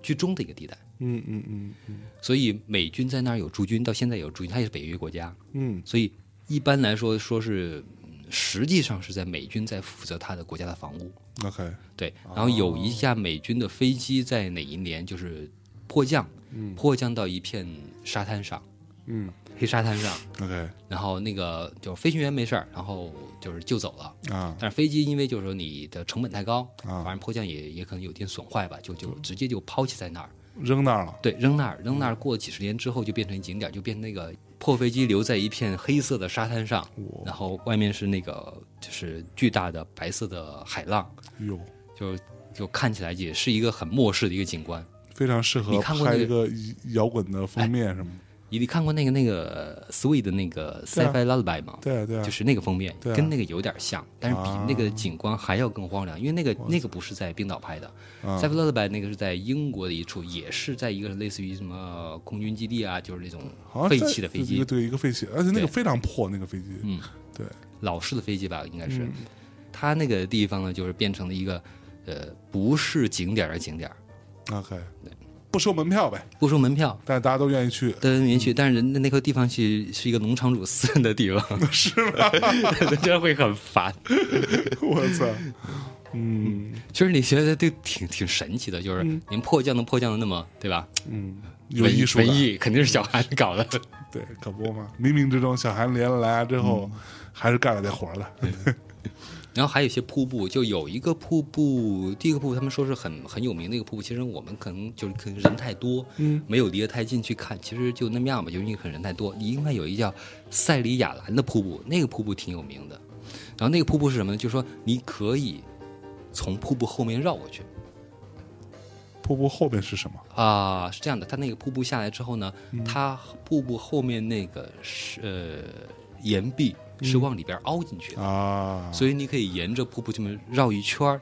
居中的一个地带。嗯嗯嗯嗯所以美军在那儿有驻军，到现在有驻军，它也是北约国家，嗯，所以一般来说说是，嗯实际上是在美军在负责它的国家的防务。 OK，对，然后有一架美军的飞机在哪一年就是迫降，迫降到一片沙滩上，嗯黑沙滩上， OK 然后那个就飞行员没事儿，然后就是救走了。啊但是飞机因为就是说你的成本太高，啊反正迫降也也可能有点损坏吧，就就直接就抛弃在那儿。扔那儿了，对，扔那儿，扔那嗯儿，过几十年之后就变成景点，就变那个破飞机留在一片黑色的沙滩上，我然后外面是那个就是巨大的白色的海浪，哟，就就看起来也是一个很末世的一个景观。非常适合你看过拍那哎一个摇滚的封面什么的，你你看过那个那个 Sweet 的那个对啊 Sci-Fi Lullaby 吗？对啊对啊就，是那个封面，对啊跟那个有点像，但是比啊那个景观还要更荒凉，因为那个那个不是在冰岛拍的，啊塞夫勒德白那个是在英国的一处，也是在一个类似于什么空军基地啊，就是那种好像废在弃的飞一机个，对一个废弃，而且那个对非常破，那个飞机，嗯，对，老式的飞机吧，应该是。它那个地方呢，就是变成了一个，呃，不是景点儿的景点儿， OK，不收门票呗，不收门票，但是大家都愿意 去，都允许。但是人家那个地方去是一个农场主私人的地方，是 吧？这样会很烦。我操，嗯其实你觉得都挺挺神奇的，就是您迫降能迫降的那么，对吧？嗯，有文艺术文感，艺肯定是小韩搞的。对，嗯可不嘛，冥冥之中小韩连了来之后，还是干了这活儿的，然后还有一些瀑布，就有一个瀑布，第一个瀑布他们说是很很有名的一个瀑布，其实我们可能就是可能人太多，嗯，没有离得太近去看，其实就那么样吧，就是因为可能人太多。另外有一个叫塞里亚兰的瀑布，那个瀑布挺有名的。然后那个瀑布是什么呢？就是说你可以从瀑布后面绕过去瀑布后边是什么？啊、是这样的，它那个瀑布下来之后呢，它瀑布后面那个是呃岩壁是往里边凹进去的，啊，所以你可以沿着瀑布这么绕一圈儿。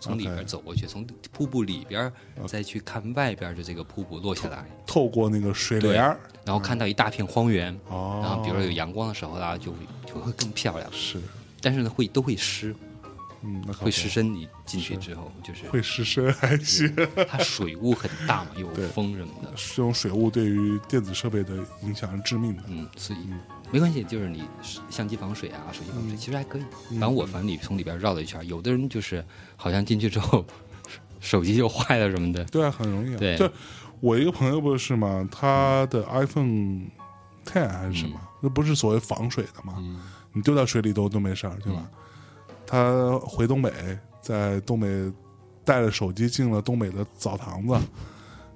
从里边 OK 哦走过去，从瀑布里边再去看外边的这个瀑布落下来，透过那个水帘儿，然后看到一大片荒原，哦，然后比如说有阳光的时候啦，就就会更漂亮。是，但是呢，会都会湿，嗯，那可会不湿身。你进去之后，就是会湿身还行。它水雾很大嘛，有对风什么的，嗯这种水雾对于电子设备的影响是致命的。嗯，所以没关系，就是你相机防水啊，手机防水，其实还可以。嗯反正我反正里从里边绕了一圈，有的人就是好像进去之后 手机就坏了什么的，对啊，很容易啊。对就我一个朋友不是嘛，他的 iPhone Ten 还是什嗯么，那不是所谓防水的嘛，你丢到水里都都没事儿，对嗯吧？他回东北，在东北带着手机进了东北的澡堂子，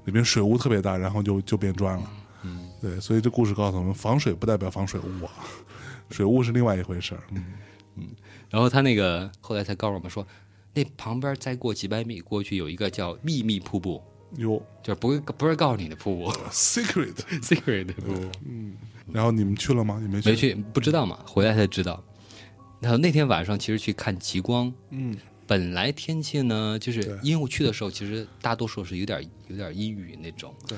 里边水雾特别大，然后就就变砖了。嗯对，所以这故事告诉我们，防水不代表防水雾啊，水雾是另外一回事儿。嗯然后他那个后来才告诉我们说，那旁边再过几百米过去有一个叫秘密瀑布，有就是不会不是告诉你的瀑哦布 secret， ，secret 的瀑布。然后你们去了吗？你没去？没。去，不知道嘛，回来才知道。然后那天晚上其实去看极光，嗯，本来天气呢，就是对因为我去的时候，其实大多数是有点有点阴雨那种。对。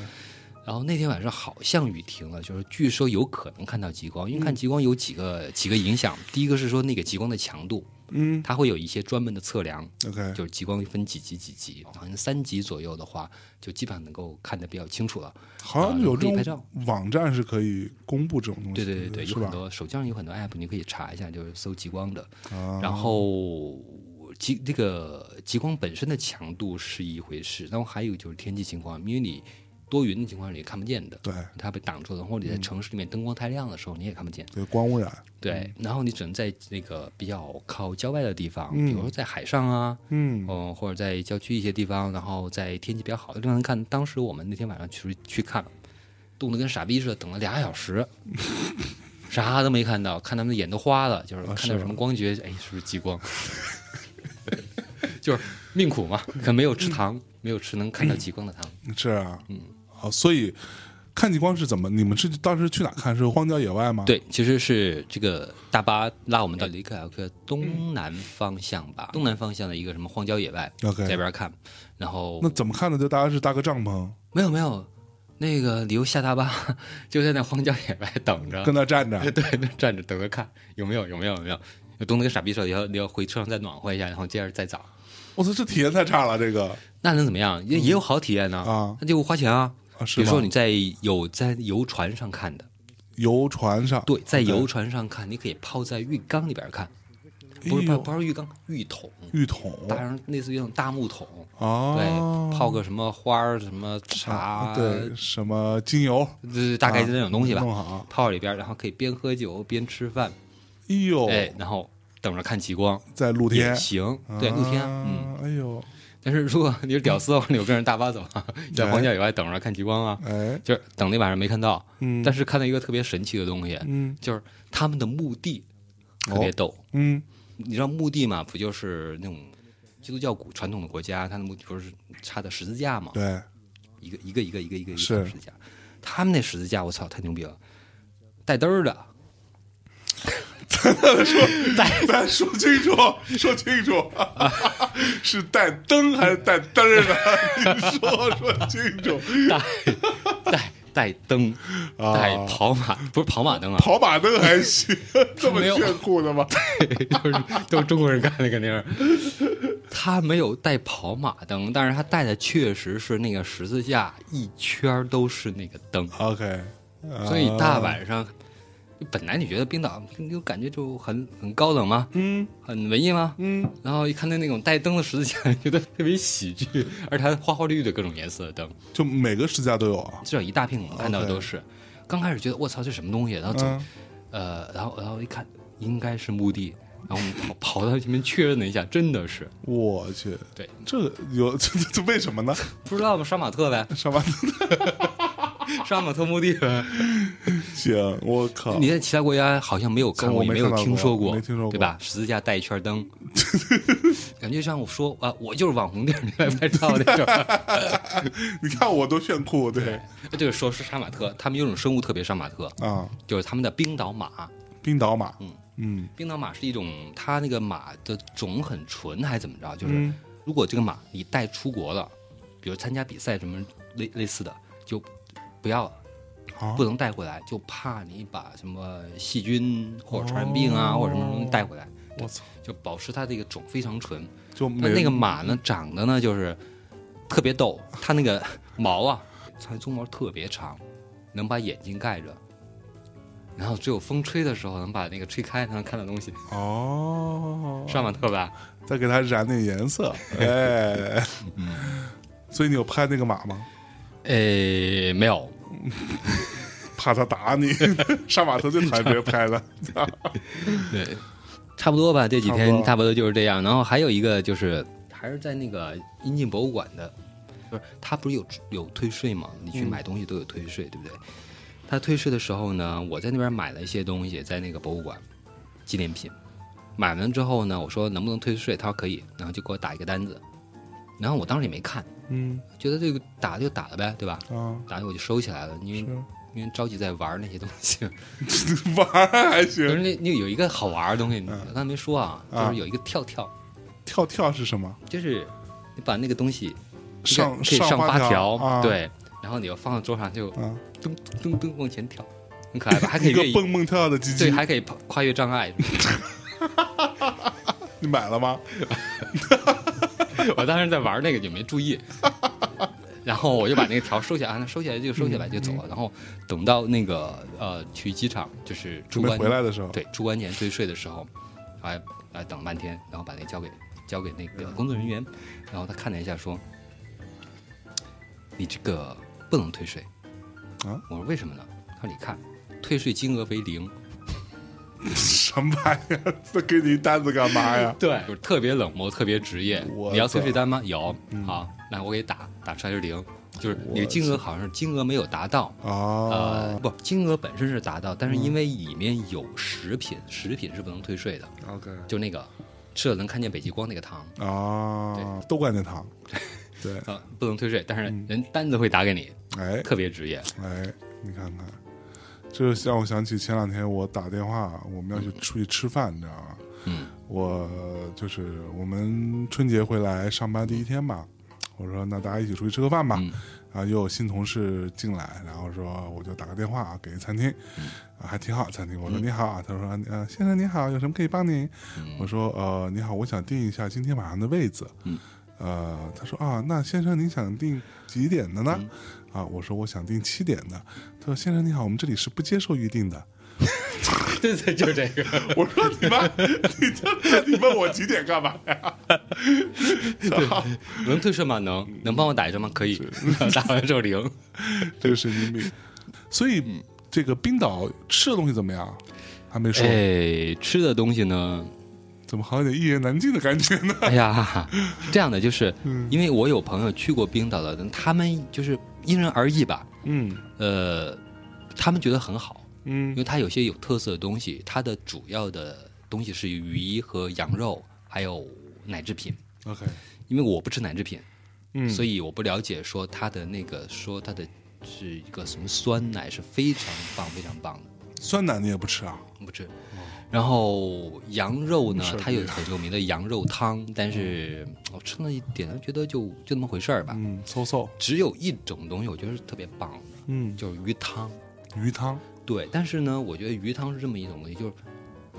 然后那天晚上好像雨停了，就是据说有可能看到极光，因为看嗯极光有几个几个影响，第一个是说那个极光的强度，嗯它会有一些专门的测量， ，OK，就是极光分几级几级，好像三级左右的话，就基本上能够看得比较清楚了。好像有啊可以这拍种照网站是可以公布这种东西对的，对对对，是有很吧？多手机上有很多 app，你可以查一下，就是搜极光的。啊，然后极这个极光本身的强度是一回事，然后还有就是天气情况，因为你多云的情况下你看不见的，对它被挡住了，或者你嗯在城市里面灯光太亮的时候你也看不见。对，光污染，对，然后你只能在那个比较靠郊外的地方，嗯比如说在海上啊，嗯，嗯、或者在郊区一些地方，然后在天气比较好的地方看。当时我们那天晚上去去看，冻得跟傻逼似的，等了俩 小时，啥都没看到，看他们的眼都花了，就是啊看是到吗什么光觉，哎，是不是激光？ 就是命苦嘛，可没有吃糖，没有吃能看到极光的糖。是啊，嗯，好，所以看极光是怎么？你们是当时去哪看？是荒郊野外吗？，对，其实是这个大巴拉我们到里克雅克东南方向嗯吧，东南方向的一个什么荒郊野外， OK 在那边看，然后那怎么看的？就大家是搭个帐篷，没有没有，那个理由下大巴 就在那荒郊野外等着，，跟那站着 对，那站着等着看有没有有没有有没有，冻得跟傻逼似的，要要回车上再暖和一下，然后接着再找，我操，这体验太差了，这个那能怎么样？也也有好体验呢嗯啊，那就花钱啊。啊，比是如说吗你？在有在游船上看的，游船上，对，在 OK 游船上看，你可以泡在浴缸里边看，不哎是呦不不是浴缸，浴桶，浴桶大上类似于那种大木桶，啊，对，泡个什么花儿什么茶，啊对，啊什么精油就是大概就那种东西吧。弄好，泡里边儿，然后可以边喝酒边吃饭，哎呦，哎，然后等着看极光在露也天，行，对，露天，嗯。啊，哎呦，但是如果你是屌丝的话，你就跟着大巴走啊，在荒郊野外等着看极光啊，哎，就是等那晚上没看到，嗯，但是看到一个特别神奇的东西，嗯就是他们的墓地特别逗。嗯，你知道墓地嘛？不就是那种基督教古传统的国家，它的墓地不是插的十字架嘛？对，一个一个一个一个一个一个是十字架，他们那十字架，我操，太牛逼了，带灯儿的， 咱说清 楚，说清楚， 是带灯还是带灯儿 呢？你说说清楚。带带带灯，啊带跑马不是跑马灯啊，跑马灯还 行，这么没有炫酷的吗？就是 都是中国人干的肯定是。他没有带跑马灯，但是他带的确实是那个十字架，一圈儿都是那个灯， OK， 啊所以大晚上，本来你觉得冰岛你就感觉就很很高冷吗？嗯很文艺吗？嗯，然后一看到那种带灯的十字架， 觉得特别喜剧，而且它花花绿绿的各种颜色的灯，就每个十字架都有啊。至少一大片我们看到的 OK 都是。刚开始觉得我操这什么东西，然后走嗯呃，然后然后一看，应该是墓地，然后我们跑跑到前面确认了一下，真的是我去，对，这个有 这这为什么呢？不知道吗？杀马特 呗，什么？杀马特墓地呗。行，啊我靠 你！在其他国家好像没有看我也没没有看到听过说过，没听说过对吧？十字架带一圈灯， 感觉像我说啊，我就是网红地儿，你来拍照那 种。你看我多炫酷，啊对就是说是杀马特，他们有种生物特别杀马特，啊，就是他们的冰岛马。冰岛马，嗯嗯冰岛马是一种，它那个马的种很纯，还怎么着？就是嗯如果这个马你带出国了，比如参加比赛什么类类似的，就不要了，好不能带回来，就怕你把什么细菌或者传染病啊，或者什么东西带回来，我操，就保持它这个种非常纯。就那没那个马呢，长得呢就是特别逗，它那个毛啊，它的鬃毛特别长，能把眼睛盖着，然后只有风吹的时候能把那个吹开，才能看到东西。哦，杀马特吧，再给它染点颜 色，哎，嗯所以你有拍那个马吗？诶，没有，怕他打 你，杀马特最讨厌别人拍了。对，差不多吧。这几差不天多差不多就是这样。然后还有一个就是，还是在那个阴晋博物馆的，不是他不是有有退税吗？你去买东西都有退税，对不对？他退税的时候呢，我在那边买了一些东西，在那个博物馆纪念品。买完之后呢，我说能不能退税？他说可以，然后就给我打一个单子。然后我当时也没看，嗯觉得这个打就打了呗，对吧？啊，打了我就收起来了，因为是因为着急在玩那些东 西。 玩儿还可行是。那那有一个好玩的东西，我刚才没说啊，嗯啊就是有一个跳跳，跳跳是什么？就是你把那个东西上可以可以上发发条，啊，，对，然后你要放到桌上就啊，噔噔噔往前跳，很可 爱吧？还可以一个越蹦蹦跳跳的鸡对，鸡，还可以跨跨越障碍。 你买了吗？我当时在玩那个也没注意，然后我就把那个条收起来，啊那收起来就收起来就走了。然后等到那个呃去机场就是准出备关回来的时候，对，出关前退税的时候，还还等半天，然后把那交给交给那嗯个工作人员，然后他看了一下说：“你这个不能退税。”啊，我说为什么呢？他说：“你看，退税金额为零。什么玩意儿？ 这给你一单子干嘛呀”？对，就是特别冷漠，特别职业我。你要退操嗯税单吗？有，好，那我给打打出来是零，就是你的金额好像是金额没有达到。啊嗯呃，不，金额本身是达到，但是因为里面有食品，食品是不能退税的， ，OK，就那个吃了能看见北极光那个糖，啊，都灌点 糖，对，啊，不能退税，但是人单子会打给你，哎特别职业。哎，你看看，这让我想起前两天我打电话，我们要去出去吃饭，你知道吗？嗯， 我就是我们春节回来上班第一天吧，我说那大家一起出去吃个饭吧。嗯然后又有新同事进来，然后说我就打个电话啊，给餐厅，嗯啊还挺好餐厅。我说你好啊，他说呃先生你好，有什么可以帮您？我说呃你好，我想订一下今天晚上的位子。嗯呃，他说啊，那先生您想订几点的嗯呢？啊，我说我想订七点的。他说先生你好，我们这里是不接受预定的。对对，就是这个。我说你妈，你这你问我几点干嘛呀？ 操， 能退税吗？能，能帮我打一针吗？可以， 打完之后零。这个神经病。所以、这个冰岛吃的东西怎么样？还没说，哎，吃的东西呢？ 怎么好像有点一言难尽的感觉呢？哎呀，是这样的，就是因为我有朋友去过冰岛的，他们就是因人而异吧。嗯呃，他们觉得很好，因嗯为它有些有特色的东西，它的主要的东西是鱼和羊肉，还有奶制品。 ，OK，因为我不吃奶制品，嗯，所以以我不了解说它的那个说它的是一个什么酸奶是非常棒非常棒的，酸奶你也不吃啊？我不吃。然后羊肉呢是，它有很有名的羊肉汤，但是我吃了一点，觉得就就那么回事儿吧。嗯，搜搜，只有一种东西我觉得是特别棒的，嗯，就是鱼汤。鱼汤，对，但是呢，我觉得鱼汤是这么一种东西，就是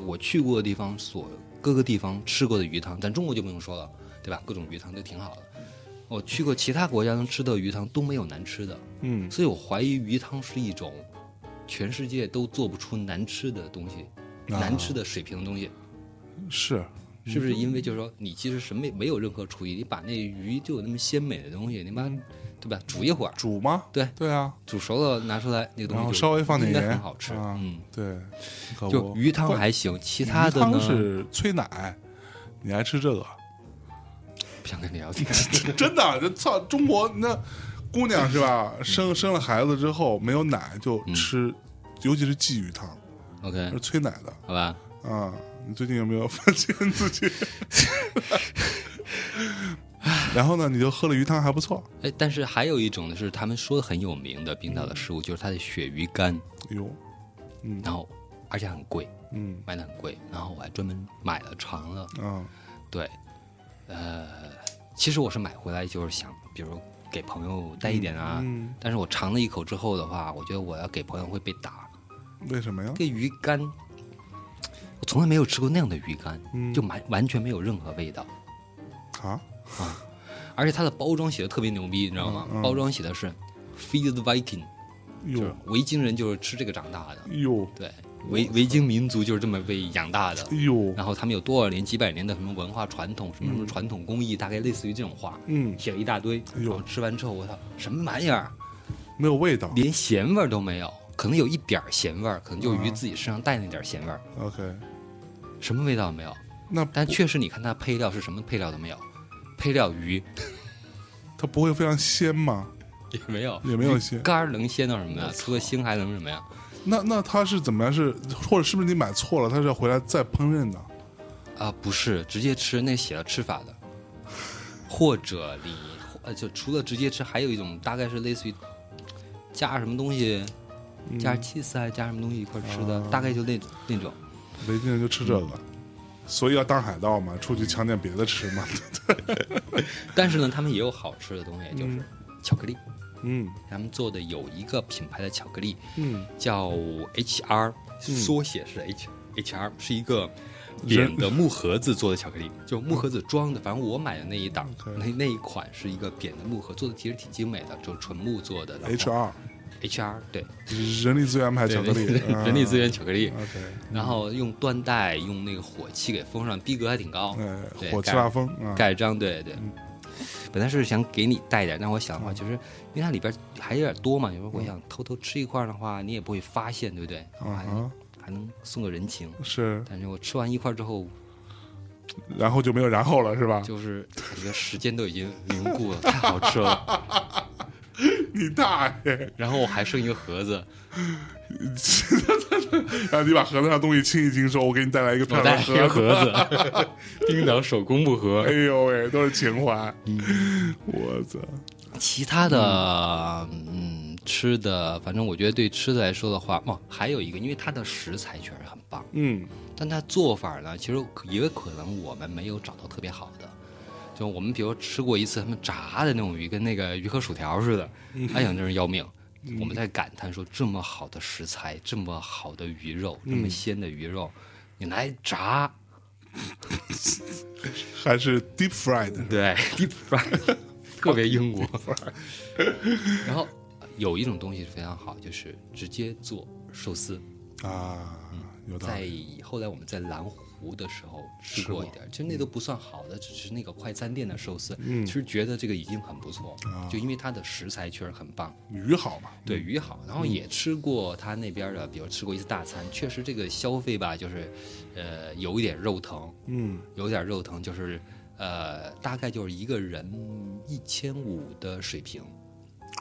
我去过的地方所各个地方吃过的鱼汤，咱中国就不用说了，对吧？各种鱼汤都挺好的。我去过其他国家能吃到的鱼汤都没有难吃的，嗯，所以我怀疑鱼汤是一种全世界都做不出难吃的东西，啊难吃的水平的东西，是，是不是？因为就是说，你其实什么也没有任何厨艺，你把那鱼就有那么鲜美的东西，你把它对吧？煮一会儿，煮吗？对对啊，煮熟了拿出来，那个东然西后就稍微放点应该盐，很好吃。啊，嗯，对，可就不鱼汤会还行，其鱼他的呢汤是催奶，你爱吃这个？不想跟你聊天。 真的，啊这操，中国那姑娘是吧？生生了孩子之后没有奶就吃，尤其是鲫鱼汤， OK，是催奶的好吧，啊。你最近有没有 发现自己？然后呢，你就喝了鱼汤还不错。哎，但是还有一种呢，是他们说的很有名的冰岛的食物，就是它的鳕鱼干，哎呦，嗯然后而且很贵，嗯卖的很贵，然后我还专门买了尝了。啊对，呃，其实我是买回来就是想，比如给朋友带一点啊，嗯，但是我尝了一口之后的话，我觉得我要给朋友会被打。为什么呀？这鱼干，我从来没有吃过那样的鱼干，嗯就完完全没有任何味道，啊，而且它的包装写的特别牛逼，你知道吗？嗯嗯包装写的是 “Feed the Viking”，就是哟维京人就是吃这个长大的，哟对，维维京民族就是这么被养大的。哟，然后他们有多少年、几百年的什么文化传统，什么什么传统工艺，大概类似于这种话。嗯，写了一大堆，哎然呦后吃完之后，我操，什么玩意儿，没有味道。连咸味儿都没有，可能有一点儿咸味儿，可能就鱼自己身上带那点儿咸味儿， OK，什么味道没有。那但不确实，你看它配料是什么配料都没有，配料鱼它不会非常鲜吗？也没有，也没有鲜。肝儿能鲜到什么呀？除了腥还能什么呀？那那它是怎么样？是或者是不是你买错了？它是要回来再烹饪的？啊，不是，直接吃那写了吃法的，或者你呃，就除了直接吃，还有一种大概是类似于加什么东西，嗯加 cheese 啊，加什么东西一块儿吃的，啊大概就那那种。维京人就吃这个，所以要当海盗嘛，出去抢点别的吃嘛。 但是呢，他们也有好吃的东西，就是巧克力。嗯他们做的有一个品牌的巧克力嗯，叫 HR，缩写是 H、HR，是一个人扁的木盒子做的巧克力，就木盒子装的。反正我买的那一档嗯 OK 那那一款是一个扁的木盒，做的其实挺精美的，就纯木做的。然后 HR HR 对，人力资源派对巧克力，对对人力资源巧克力啊。。OK，然后用缎带，用那个火气给封上，逼格还挺高。哎，哦对火气盖大风啊，盖章，对对。本来是想给你带一点，但嗯我想的话，就是因为它里边还有点多嘛，有时候我想偷偷吃一块的话，你也不会发现，对不对？然后啊还哈能还能送个人情。是，但是我吃完一块之后，然后就没有然后了，是啊吧？就是感觉时间都已经凝固了，太好吃了。你大爷！ 然后我还剩一个盒子， 然后你把盒子上东西清一清，说我给你带来一个漂我亮带的了一个盒子。盒子， 冰岛手工木盒哎，呦喂，都是情怀！我操，其他的，嗯，吃的，反正我觉得对吃的来说的话，哦，还有一个，因为它的食材确实很棒，嗯但它做法呢，其实可也可能我们没有找到特别好的。就我们比如吃过一次他们炸的那种鱼，跟那个鱼和薯条似的，哎呀，真是要命。我们在感叹说，这么好的食材，这么好的鱼肉，这么鲜的鱼肉，你来炸，还是 deep fried，对，deep fry，特 别英国。 然后有一种东西是非常好，就是直接做寿司。啊，有道在理。后来我们在蓝湖的时候吃吃过过一点儿，其实那都不算好的，只是那个快餐店的寿司，嗯其实觉得这个已经很不错啊，嗯就因为它的食材确实很棒，鱼好嘛？对鱼好，然后也吃过他那边的，比如吃过一次大餐，确实这个消费吧，就是呃有一点肉疼，嗯有点肉疼，就是呃，大概就是一个人一千五的水平，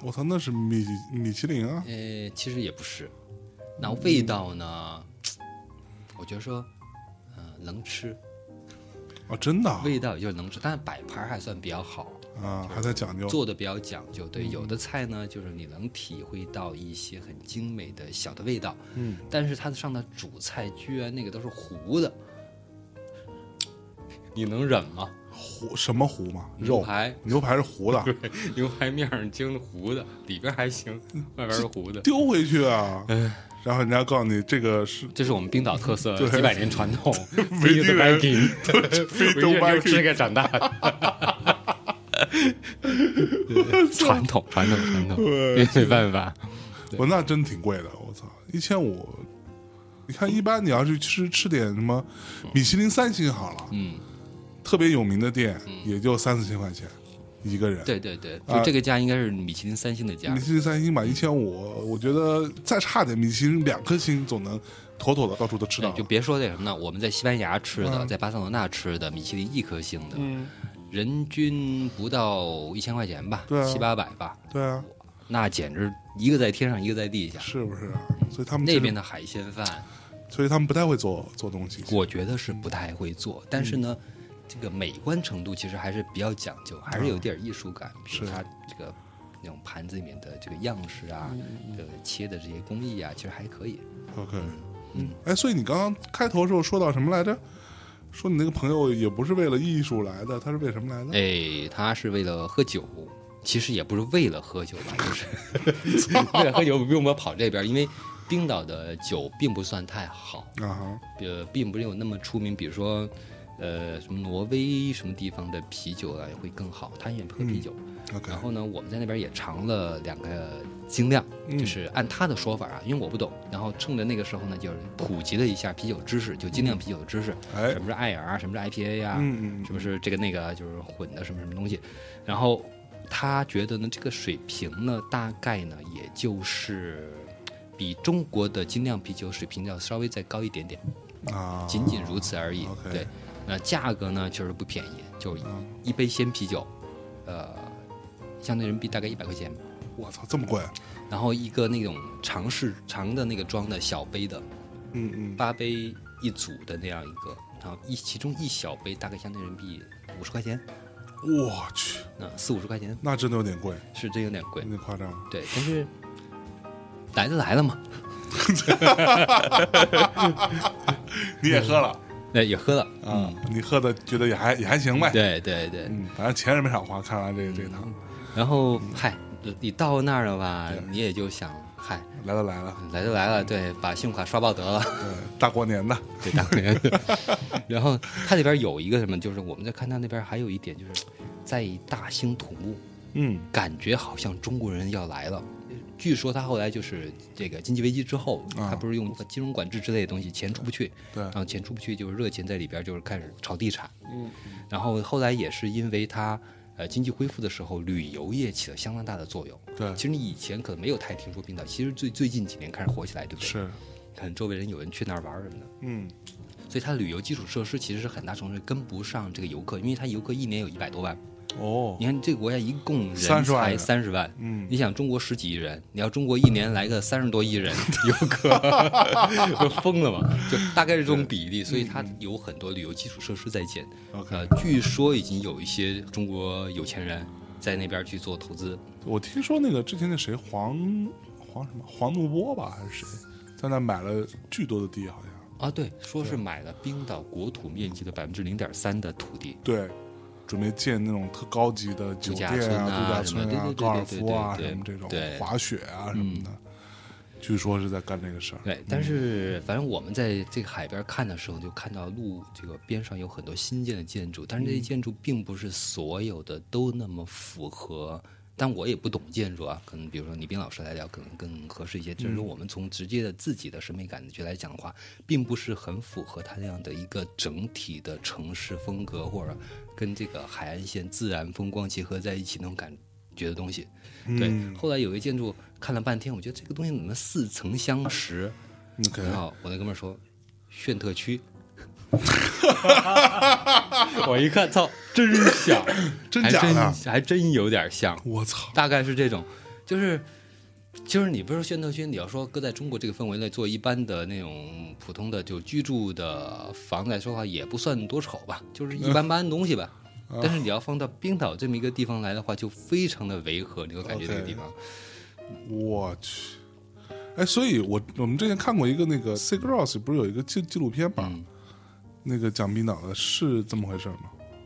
我操，那是米米其林啊！呃，其实也不是。那味嗯道呢？我觉得说，呃，能吃，哦，真的啊味道也就是能吃，但是摆盘还算比较好，啊，还在讲究。做的比较讲究。对，有的菜呢，就是你能体会到一些很精美的小的味道，嗯，但是它上的主菜居然那个都是糊的， 你能忍吗？糊什么糊嘛？牛肉排， 牛排是糊的，牛排面儿经糊的，里边还行，外边是糊的。丢回去啊！哎然后人家告诉你这个是这是我们冰岛特色对，几百年传统。 维京人 Viking， 非维洲京人就是 Viking 这个长 大的。传统，传统，传统。对也，没办法，我那真挺贵的，我操，一千五。你看，一般你要是吃吃点什么米其林三星好了，嗯，特别有名的店也就三四千块钱，一个人。对对对，啊就这个价应该是米其林三星的价米，其林三星吧，一千五，我觉得再差点米其林两颗星总能妥妥的到处都吃哎到。就别说那什么呢，我们在西班牙吃的，嗯在巴塞罗那吃的，米其林一颗星的，嗯，人均不到一千块钱吧对啊，七八百吧，对啊，那简直一个在天上，一个在地下。是不是啊？所以他们其嗯那实边，的海鲜饭，所以他们不太会做做东西。我觉得是不太会做，但是呢，这个美观程度其实还是比较讲究，还是有点艺术感，比如是它这个那种盘子里面的这个样式啊，这个切的这些工艺啊，其实还可以。 OK，嗯，哎，所以你刚刚开头的时候说到什么来着？说你那个朋友也不是为了艺术来的，他是为什么来的？哎，他是为了喝酒，其实也不是为了喝酒吧，就是为了喝酒，不用我跑这边，因为冰岛的酒并不算太好，啊哈，呃，并不是有那么出名，比如说。呃，什么挪威什么地方的啤酒啊会更好，他也喝啤酒。 ，OK，然后呢，我们在那边也尝了两个精酿，嗯就是按他的说法啊，因为我不懂，然后趁着那个时候呢，就是普及了一下啤酒知识，就精酿啤酒的知识，哎什，么是 IR，啊什么是 IPA 呀、嗯嗯什么是这个那个啊，就是混的什么什么东西。然后他觉得呢，这个水平呢，大概呢，也就是比中国的精酿啤酒水平要稍微再高一点点，嗯啊，仅仅如此而已。 OK 对，那价格呢，确实不便宜，就嗯一杯鲜啤酒，呃，相对人民币大概一百块钱。我操，这么贵？然后一个那种长式长的那个装的小杯的，嗯嗯，八杯一组的那样一个，然后一其中一小杯大概相对人民币五十块钱，我去，那四五十块钱那真的有点贵，是真有点贵有，点夸张。对，但是来都来了嘛，你也喝了那也喝了，啊？你喝的觉得也还也还行呗？嗯对嗯对对，嗯，反正钱是没少花，看完这这趟，然后嗨，你到那儿了吧，你也就想嗨，来都来了，来都来嗯了，对，把信用卡刷爆得了。 对，大过年的，对，大过年。 然后它那边有一个什么，就是我们在看它那边还有一点，就是在大兴土木，嗯，感觉好像中国人要来了。据说他后来就是这个经济危机之后，啊他不是用金融管制之类的东西，钱出不去，对然，后钱出不去，就是热钱在里边就是开始炒地产，嗯，然后后来也是因为他呃经济恢复的时候，旅游业起了相当大的作用。对，其实你以前可能没有太听说冰岛，其实最最近几年开始火起来，对不对？是，看周围人有人去那儿玩儿什么的，嗯，所以它的旅游基础设施其实是很大程度上跟不上这个游客，因为它游客一年有一百多万。哦你，看这个国家一共人30万才人三十万，嗯你想中国十几亿人，你要中国一年来个三十多亿 人游客，就疯了嘛？就大概是这种比例，所以它有很多旅游基础设施在建。 ，OK，呃，据说已经有一些中国有钱人在那边去做投资，我听说那个之前那谁黄黄什么黄怒波吧，还是谁，在那买了巨多的地，好像。啊，对，说是买了冰岛国土面积的百分之零点三的土地，对，准备建那种特高级的酒店度假村啊度假村什么啊、对对对对高尔夫啊对对对什么这种对滑雪啊什么的，据说是在干这个事儿。对，但是反正我们在这个海边看的时候，就看到路这个边上有很多新建的建筑，但是这些建筑并不是所有的都那么符合。但我也不懂建筑啊，可能比如说李斌老师来聊，可能更合适一些。只是说我们从直接的自己的审美感觉来讲的话，并不是很符合它那样的一个整体的城市风格，或者跟这个海岸线自然风光结合在一起那种感觉的东西。对，嗯后来有一个建筑看了半天，我觉得这个东西怎么似曾相识？ ，OK，然后哦我那哥们儿说，炫特 区，我一看，操，真像， 真还假真的？还真有点像，我操！大概是这种，就是。就是你不是说炫特区，你要说搁在中国这个氛围内做一般的那种普通的就居住的房子来说的话，也不算多丑吧，就是一般般东 西吧。啊但是你要放到冰岛这么一个地方来的话，就非常的违和，你会感觉这个 OK 地方我去！哎，所以我我们之前看过一个那个 Sig Ross 不是有一个纪纪录片嘛？嗯那个讲冰岛的是这么回事吗？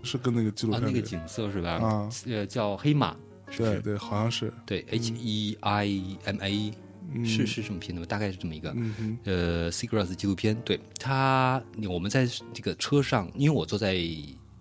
是跟那个纪录啊片那里个景色是吧？啊呃，叫黑马，是不对是？对，好像是对，H E I M A 嗯是是这么拼的吧，大概是这么一个。嗯哼呃 s e g r a s 纪录片，对他，我们在这个车上，因为我坐在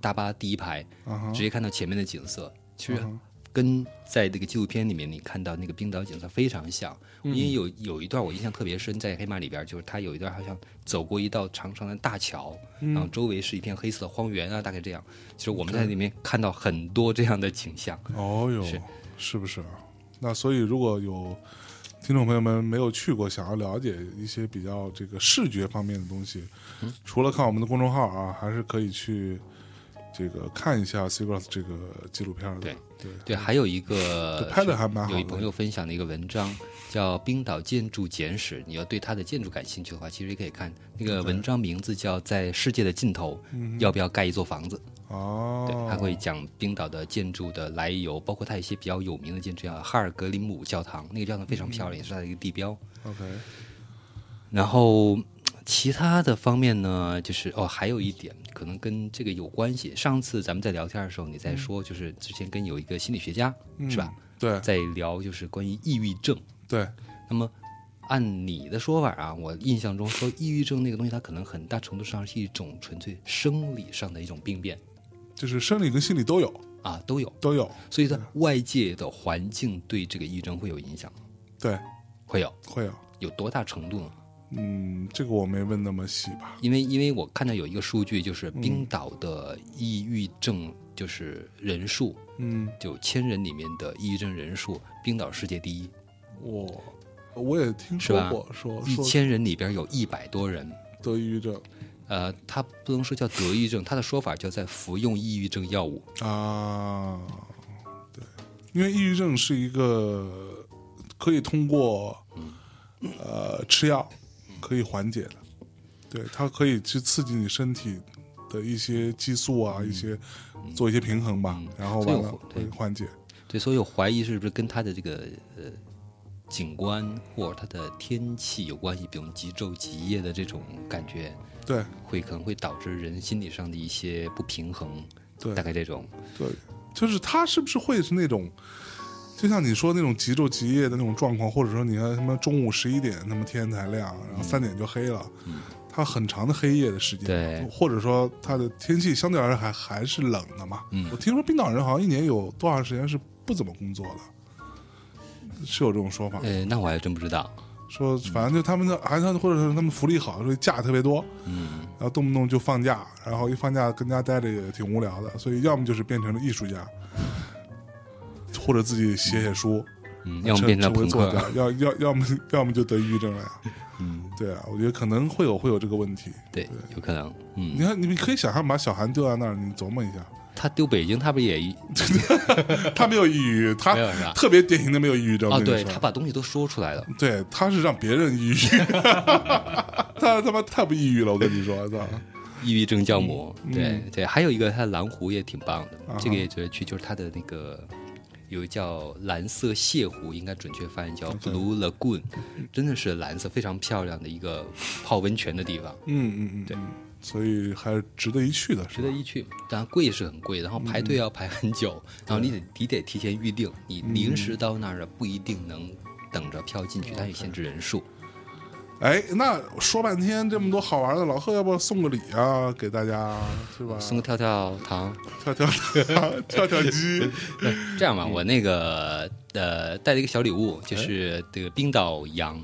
大巴第一排，啊哈啊直接看到前面的景色，其实跟在这个纪录片里面你看到那个冰岛景色非常像，因嗯为有有一段我印象特别深，在黑马里边儿，就是他有一段好像走过一道长长的大桥，然嗯后周围是一片黑色的荒原啊，大概这样。其实我们在里面看到很多这样的景象。哦哟，是是不是啊？那所以如果有听众朋友们没有去过，想要了解一些比较这个视觉方面的东西，嗯除了看我们的公众号啊，还是可以去这个看一下 s e g r a s 这个纪录片的。对对对，还有一个这拍得还蛮好的有一朋友分享的一个文章叫《冰岛建筑简史》，你要对它的建筑感兴趣的话，其实也可以看那个文章，名字叫《在世界的尽头要不要盖一座房子》。嗯哦对，，他会讲冰岛的建筑的来由，包括它一些比较有名的建筑，像哈尔格林姆教堂，那个教堂非常漂亮，也是它的一个地标。 OK，然后其他的方面呢，就是哦，还有一点可能跟这个有关系。上次咱们在聊天的时候，你在说，就是之前跟有一个心理学家、是吧，嗯对在聊，就是关于抑郁症。对，那么按你的说法啊，我印象中说抑郁症那个东西，它可能很大程度上是一种纯粹生理上的一种病变就是生理跟心理都有，啊，都有。都有，所以在外界的环境对这个抑郁症会有影响吗，对，会有会有。有多大程度呢？嗯，这个我没问那么细吧？因为因为我看到有一个数据，就是嗯冰岛的抑郁症就是人数，嗯，就千人里面的抑郁症人数，冰岛世界第一，我我也听是说吧过，说一说千人里边有一百多人。得抑郁症呃，他不能说叫得抑郁症，他的说法叫在服用抑郁症药物。啊，对，因为抑郁症是一个可以通过呃吃药可以缓解的，对，它可以去刺激你身体的一些激素啊，一些做一些平衡吧，然后所以完了我会对缓解。对，所以我怀疑是不是跟他的这个呃景观或者他的天气有关系，比如极昼极夜的这种感觉，对会可能会导致人心理上的一些不平衡，对大概这种。对，就是它是不是会是那种？就像你说那种极昼极夜的那种状况，或者说你看什么中午十一点，他妈天才亮，然后三点就黑了，它很长的黑夜的时间，嗯对或者说它的天气相对而言还还是冷的嘛。嗯我听说冰岛人好像一年有多长时间是不怎么工作的，是有这种说法，呃，那我还真不知道。嗯说反正就他们的，还是或者是他们福利好，所以假特别多，嗯，然后动不动就放假，然后一放假跟家待着也挺无聊的，所以要么就是变成了艺术家，或者自己写写书，嗯，要么成变成成为朋作克家，要要要么要么就得抑郁症了呀。嗯， 对啊，我觉得可能会有会有这个问题。对，有可能。嗯你，看，你可以想象把小韩丢在那儿，你琢磨一下，他丢北京，他不是也他没有抑 郁，他没有是吧特别典型的没有抑郁症啊？那个对事儿他把东西都说出来了。对，他是让别人抑郁， 他他妈太不抑郁了，我跟你说，操，抑郁症教母，嗯对嗯对，还有一个他的蓝湖也挺棒的，啊哈这个也值得去，就是他的那个有一叫蓝色泻湖，应该准确翻译叫 Blue Lagoon，真的是蓝色非常漂亮的一个泡温泉的地方，嗯嗯嗯，对嗯，所以还是值得一去的，是值吧得一去。当然贵是很贵，然后排队要排很久，嗯然后你得你得提前预定，你临时到那儿了不一定能等着票哦进去，它有限制人数。啊哎，那说半天这么多好玩的，老贺要不要送个礼啊，给大家是吧？送个跳跳糖，跳跳跳 跳 鸡，这样吧，嗯我那个呃带了一个小礼物，哎就是这个冰岛羊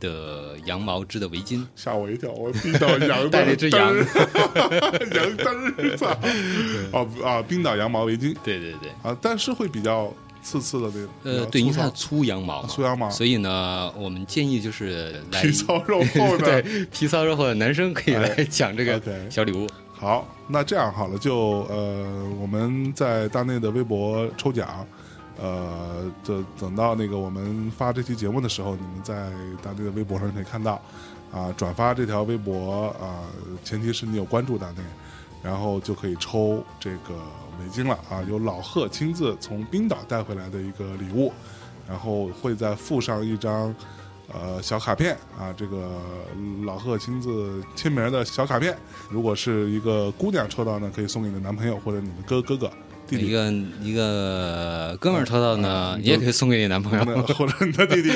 的羊毛织的围巾，吓我一跳，我冰岛羊 带了一只嘚羊儿 羊嘚儿，操！哦不啊，冰岛羊毛围巾对对对，啊，但是会比较刺刺的那种，呃，对，比因较粗糙为它啊是粗羊毛嘛，粗羊毛所以呢，我们建议就是 来皮糙肉厚的。 对皮糙肉厚的男生可以来抢这 OK 个小礼物，好，那这样好了，就呃，我们在大内的微博抽奖，呃，就等到那个我们发这期节目的时候，你们在大内的微博上可以看到，啊、转发这条微博啊、前提是你有关注大内，然后就可以抽这个围巾了啊，由老贺亲自从冰岛带回来的一个礼物，然后会再附上一张。呃，小卡片啊，这个老贺亲自签名的小卡片，如果是一个姑娘抽到呢，可以送给你的男朋友或者你的哥哥哥、弟啊嗯一弟，个一个哥们儿抽到呢，你也可以送给你男朋那 友。或者你的弟 弟，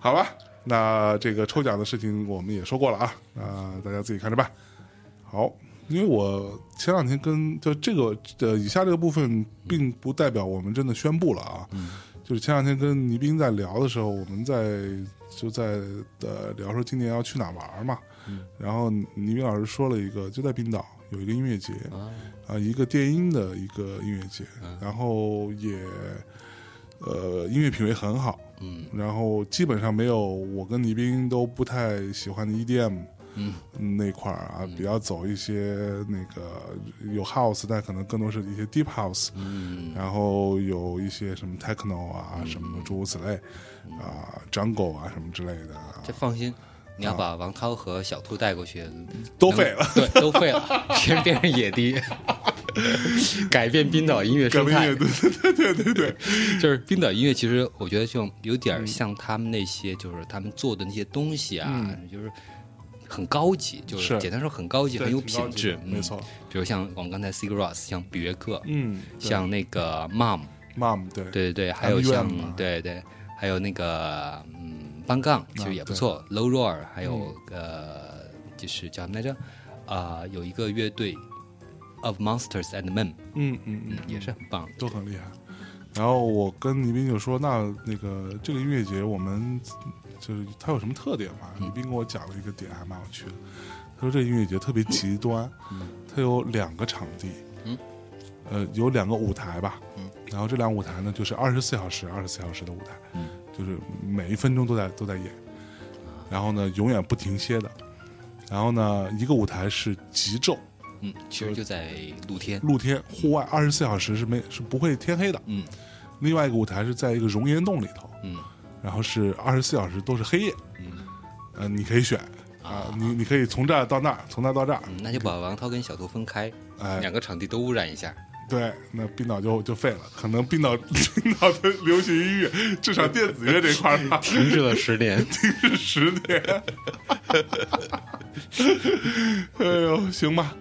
好吧？那这个抽奖的事情我们也说过了啊，那大家自己看着办。好，因为我前两天跟就这个呃以下这个部分，并不代表我们真的宣布了啊。嗯就是前两天跟倪斌在聊的时候，我们在就在呃聊说今年要去哪玩嘛。嗯然后倪斌老师说了一个，就在冰岛有一个音乐节啊、一个电音的一个音乐节，嗯然后也呃音乐品味很好，嗯，然后基本上没有我跟倪斌都不太喜欢的 E EDM。嗯，那块儿啊，比较走一些那个有 house，但可能更多是一些 deep house，嗯然后有一些什么 techno 啊，什么诸如此类，嗯啊，jungle 啊什么之类的啊，这放心，你要把王涛和小兔带过去，都废了，对，都废了，别人变成野 迪，改变冰岛音乐革生命态乐，队，对对对对对，就是冰岛音乐，其实我觉得就有嗯点像他们那些，就是他们做的那些东西啊，就是很高级，就是嗯是简单说很高级，对很有挺高品级质的。嗯没，错，比如像我们刚才 Sigur Ros，像比约克，嗯，对像那个 Mom， mom 对，对对对，还有 MUM 像啊嘛对对，还有那个嗯班杠，其实也啊不错，Low Roar，还有嗯呃就是叫什么来着？啊，有一个乐队 Of Monsters and Men，嗯嗯嗯嗯，，也是很棒。都很厉害。然后我跟倪斌就说，那那个这个音乐节我们就是它有什么特点嘛？嗯倪斌跟我讲了一个点，还蛮有趣的。他说这音乐节特别极端，它有两个场地，嗯，呃，有两个舞台吧，嗯，然后这两个舞台呢就是二十四小时、二十四小时的舞台，嗯，啊就是每一分钟都在都在演，然后呢永远不停歇的。然后呢，一个舞台是极昼，嗯，其实就在露天。露天户外二十四小时是没是不会天黑的，嗯另外一个舞台是在一个熔岩洞里头，嗯然后是二十四小时都是黑夜，嗯呃，你可以选啊、你你可以从这儿到那儿，从那儿到这儿，嗯，那就把王涛跟小图分开，哎、两个场地都污染一下。对，那冰岛就就废了，可能冰 岛冰岛的流行音乐，至少电子乐这块儿吧， 停滞了十年。是十年，哎呦，行吧。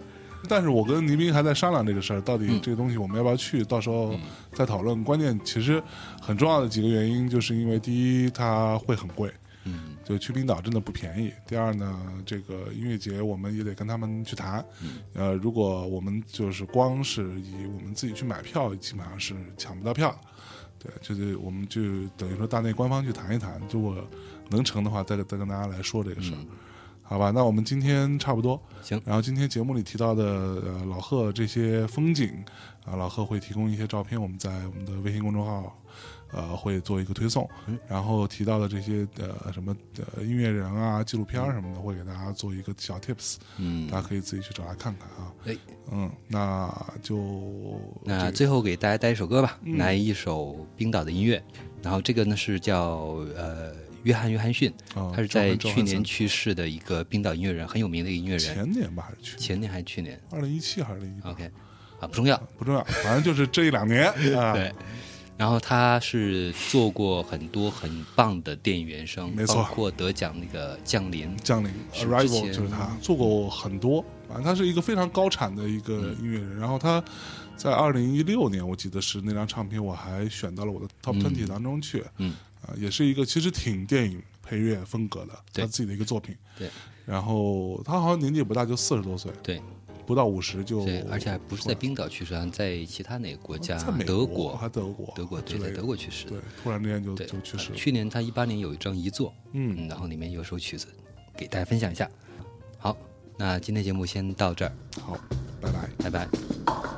但是我跟倪斌还在商量这个事儿，到底这个东西我们要不要去，到时候再讨论。关键其实很重要的几个原因，就是因为第一它会很贵， 嗯就去冰岛真的不便宜。第二呢，这个音乐节我们也得跟他们去谈。呃，如果我们就是光是以我们自己去买票，基本上是抢不到票的。对，就是我们就等于说大内官方去谈一谈，如果能成的话，再跟再跟大家来说这个事儿。好吧，那我们今天差不多。行然后今天节目里提到的呃老贺这些风景啊，老贺会提供一些照片，我们在我们的微信公众号呃会做一个推送。然后提到的这些呃什么呃音乐人啊、纪录片儿什么的，会给大家做一个小 tips，嗯大，家可以自己去找来看看啊。哎，嗯，那就那这最后给大家带一首歌吧，嗯来一首冰岛的音乐。然后这个呢是叫呃约翰约翰逊，啊他是哦在去年去世的一个冰岛音乐人，很有名的一个音乐人，前年吧，还是去年前年还是去年二零一七还是零一？OK，啊不重要。不重要，反正就是这一两 年啊。对，然后他是做过很多很棒的电影原声，没错包括得奖那个《降临》。降临是之 Arrival 前嗯就是他做过很多，反正他是一个非常高产的一嗯个音乐人。然后他在二零一六年，我记得是那张唱片，我还选到了我的 Top 嗯 Twenty 当中去。嗯，啊、也是一个其实挺电影配乐风格的，对他自己的一个作品。对，然后他好像年纪也不大，就四十多岁，对不到五十就对，而且还不是出在来冰岛去世，好像在其他哪个国家？在美德国，还国，德国，德国之对，类在的德国去世。对，突然之间就对就去世了。去年他一八年有一张遗作，嗯，嗯，然后里面有首曲子，给大家分享一下。好，那今天节目先到这儿，好，拜拜。拜拜。 「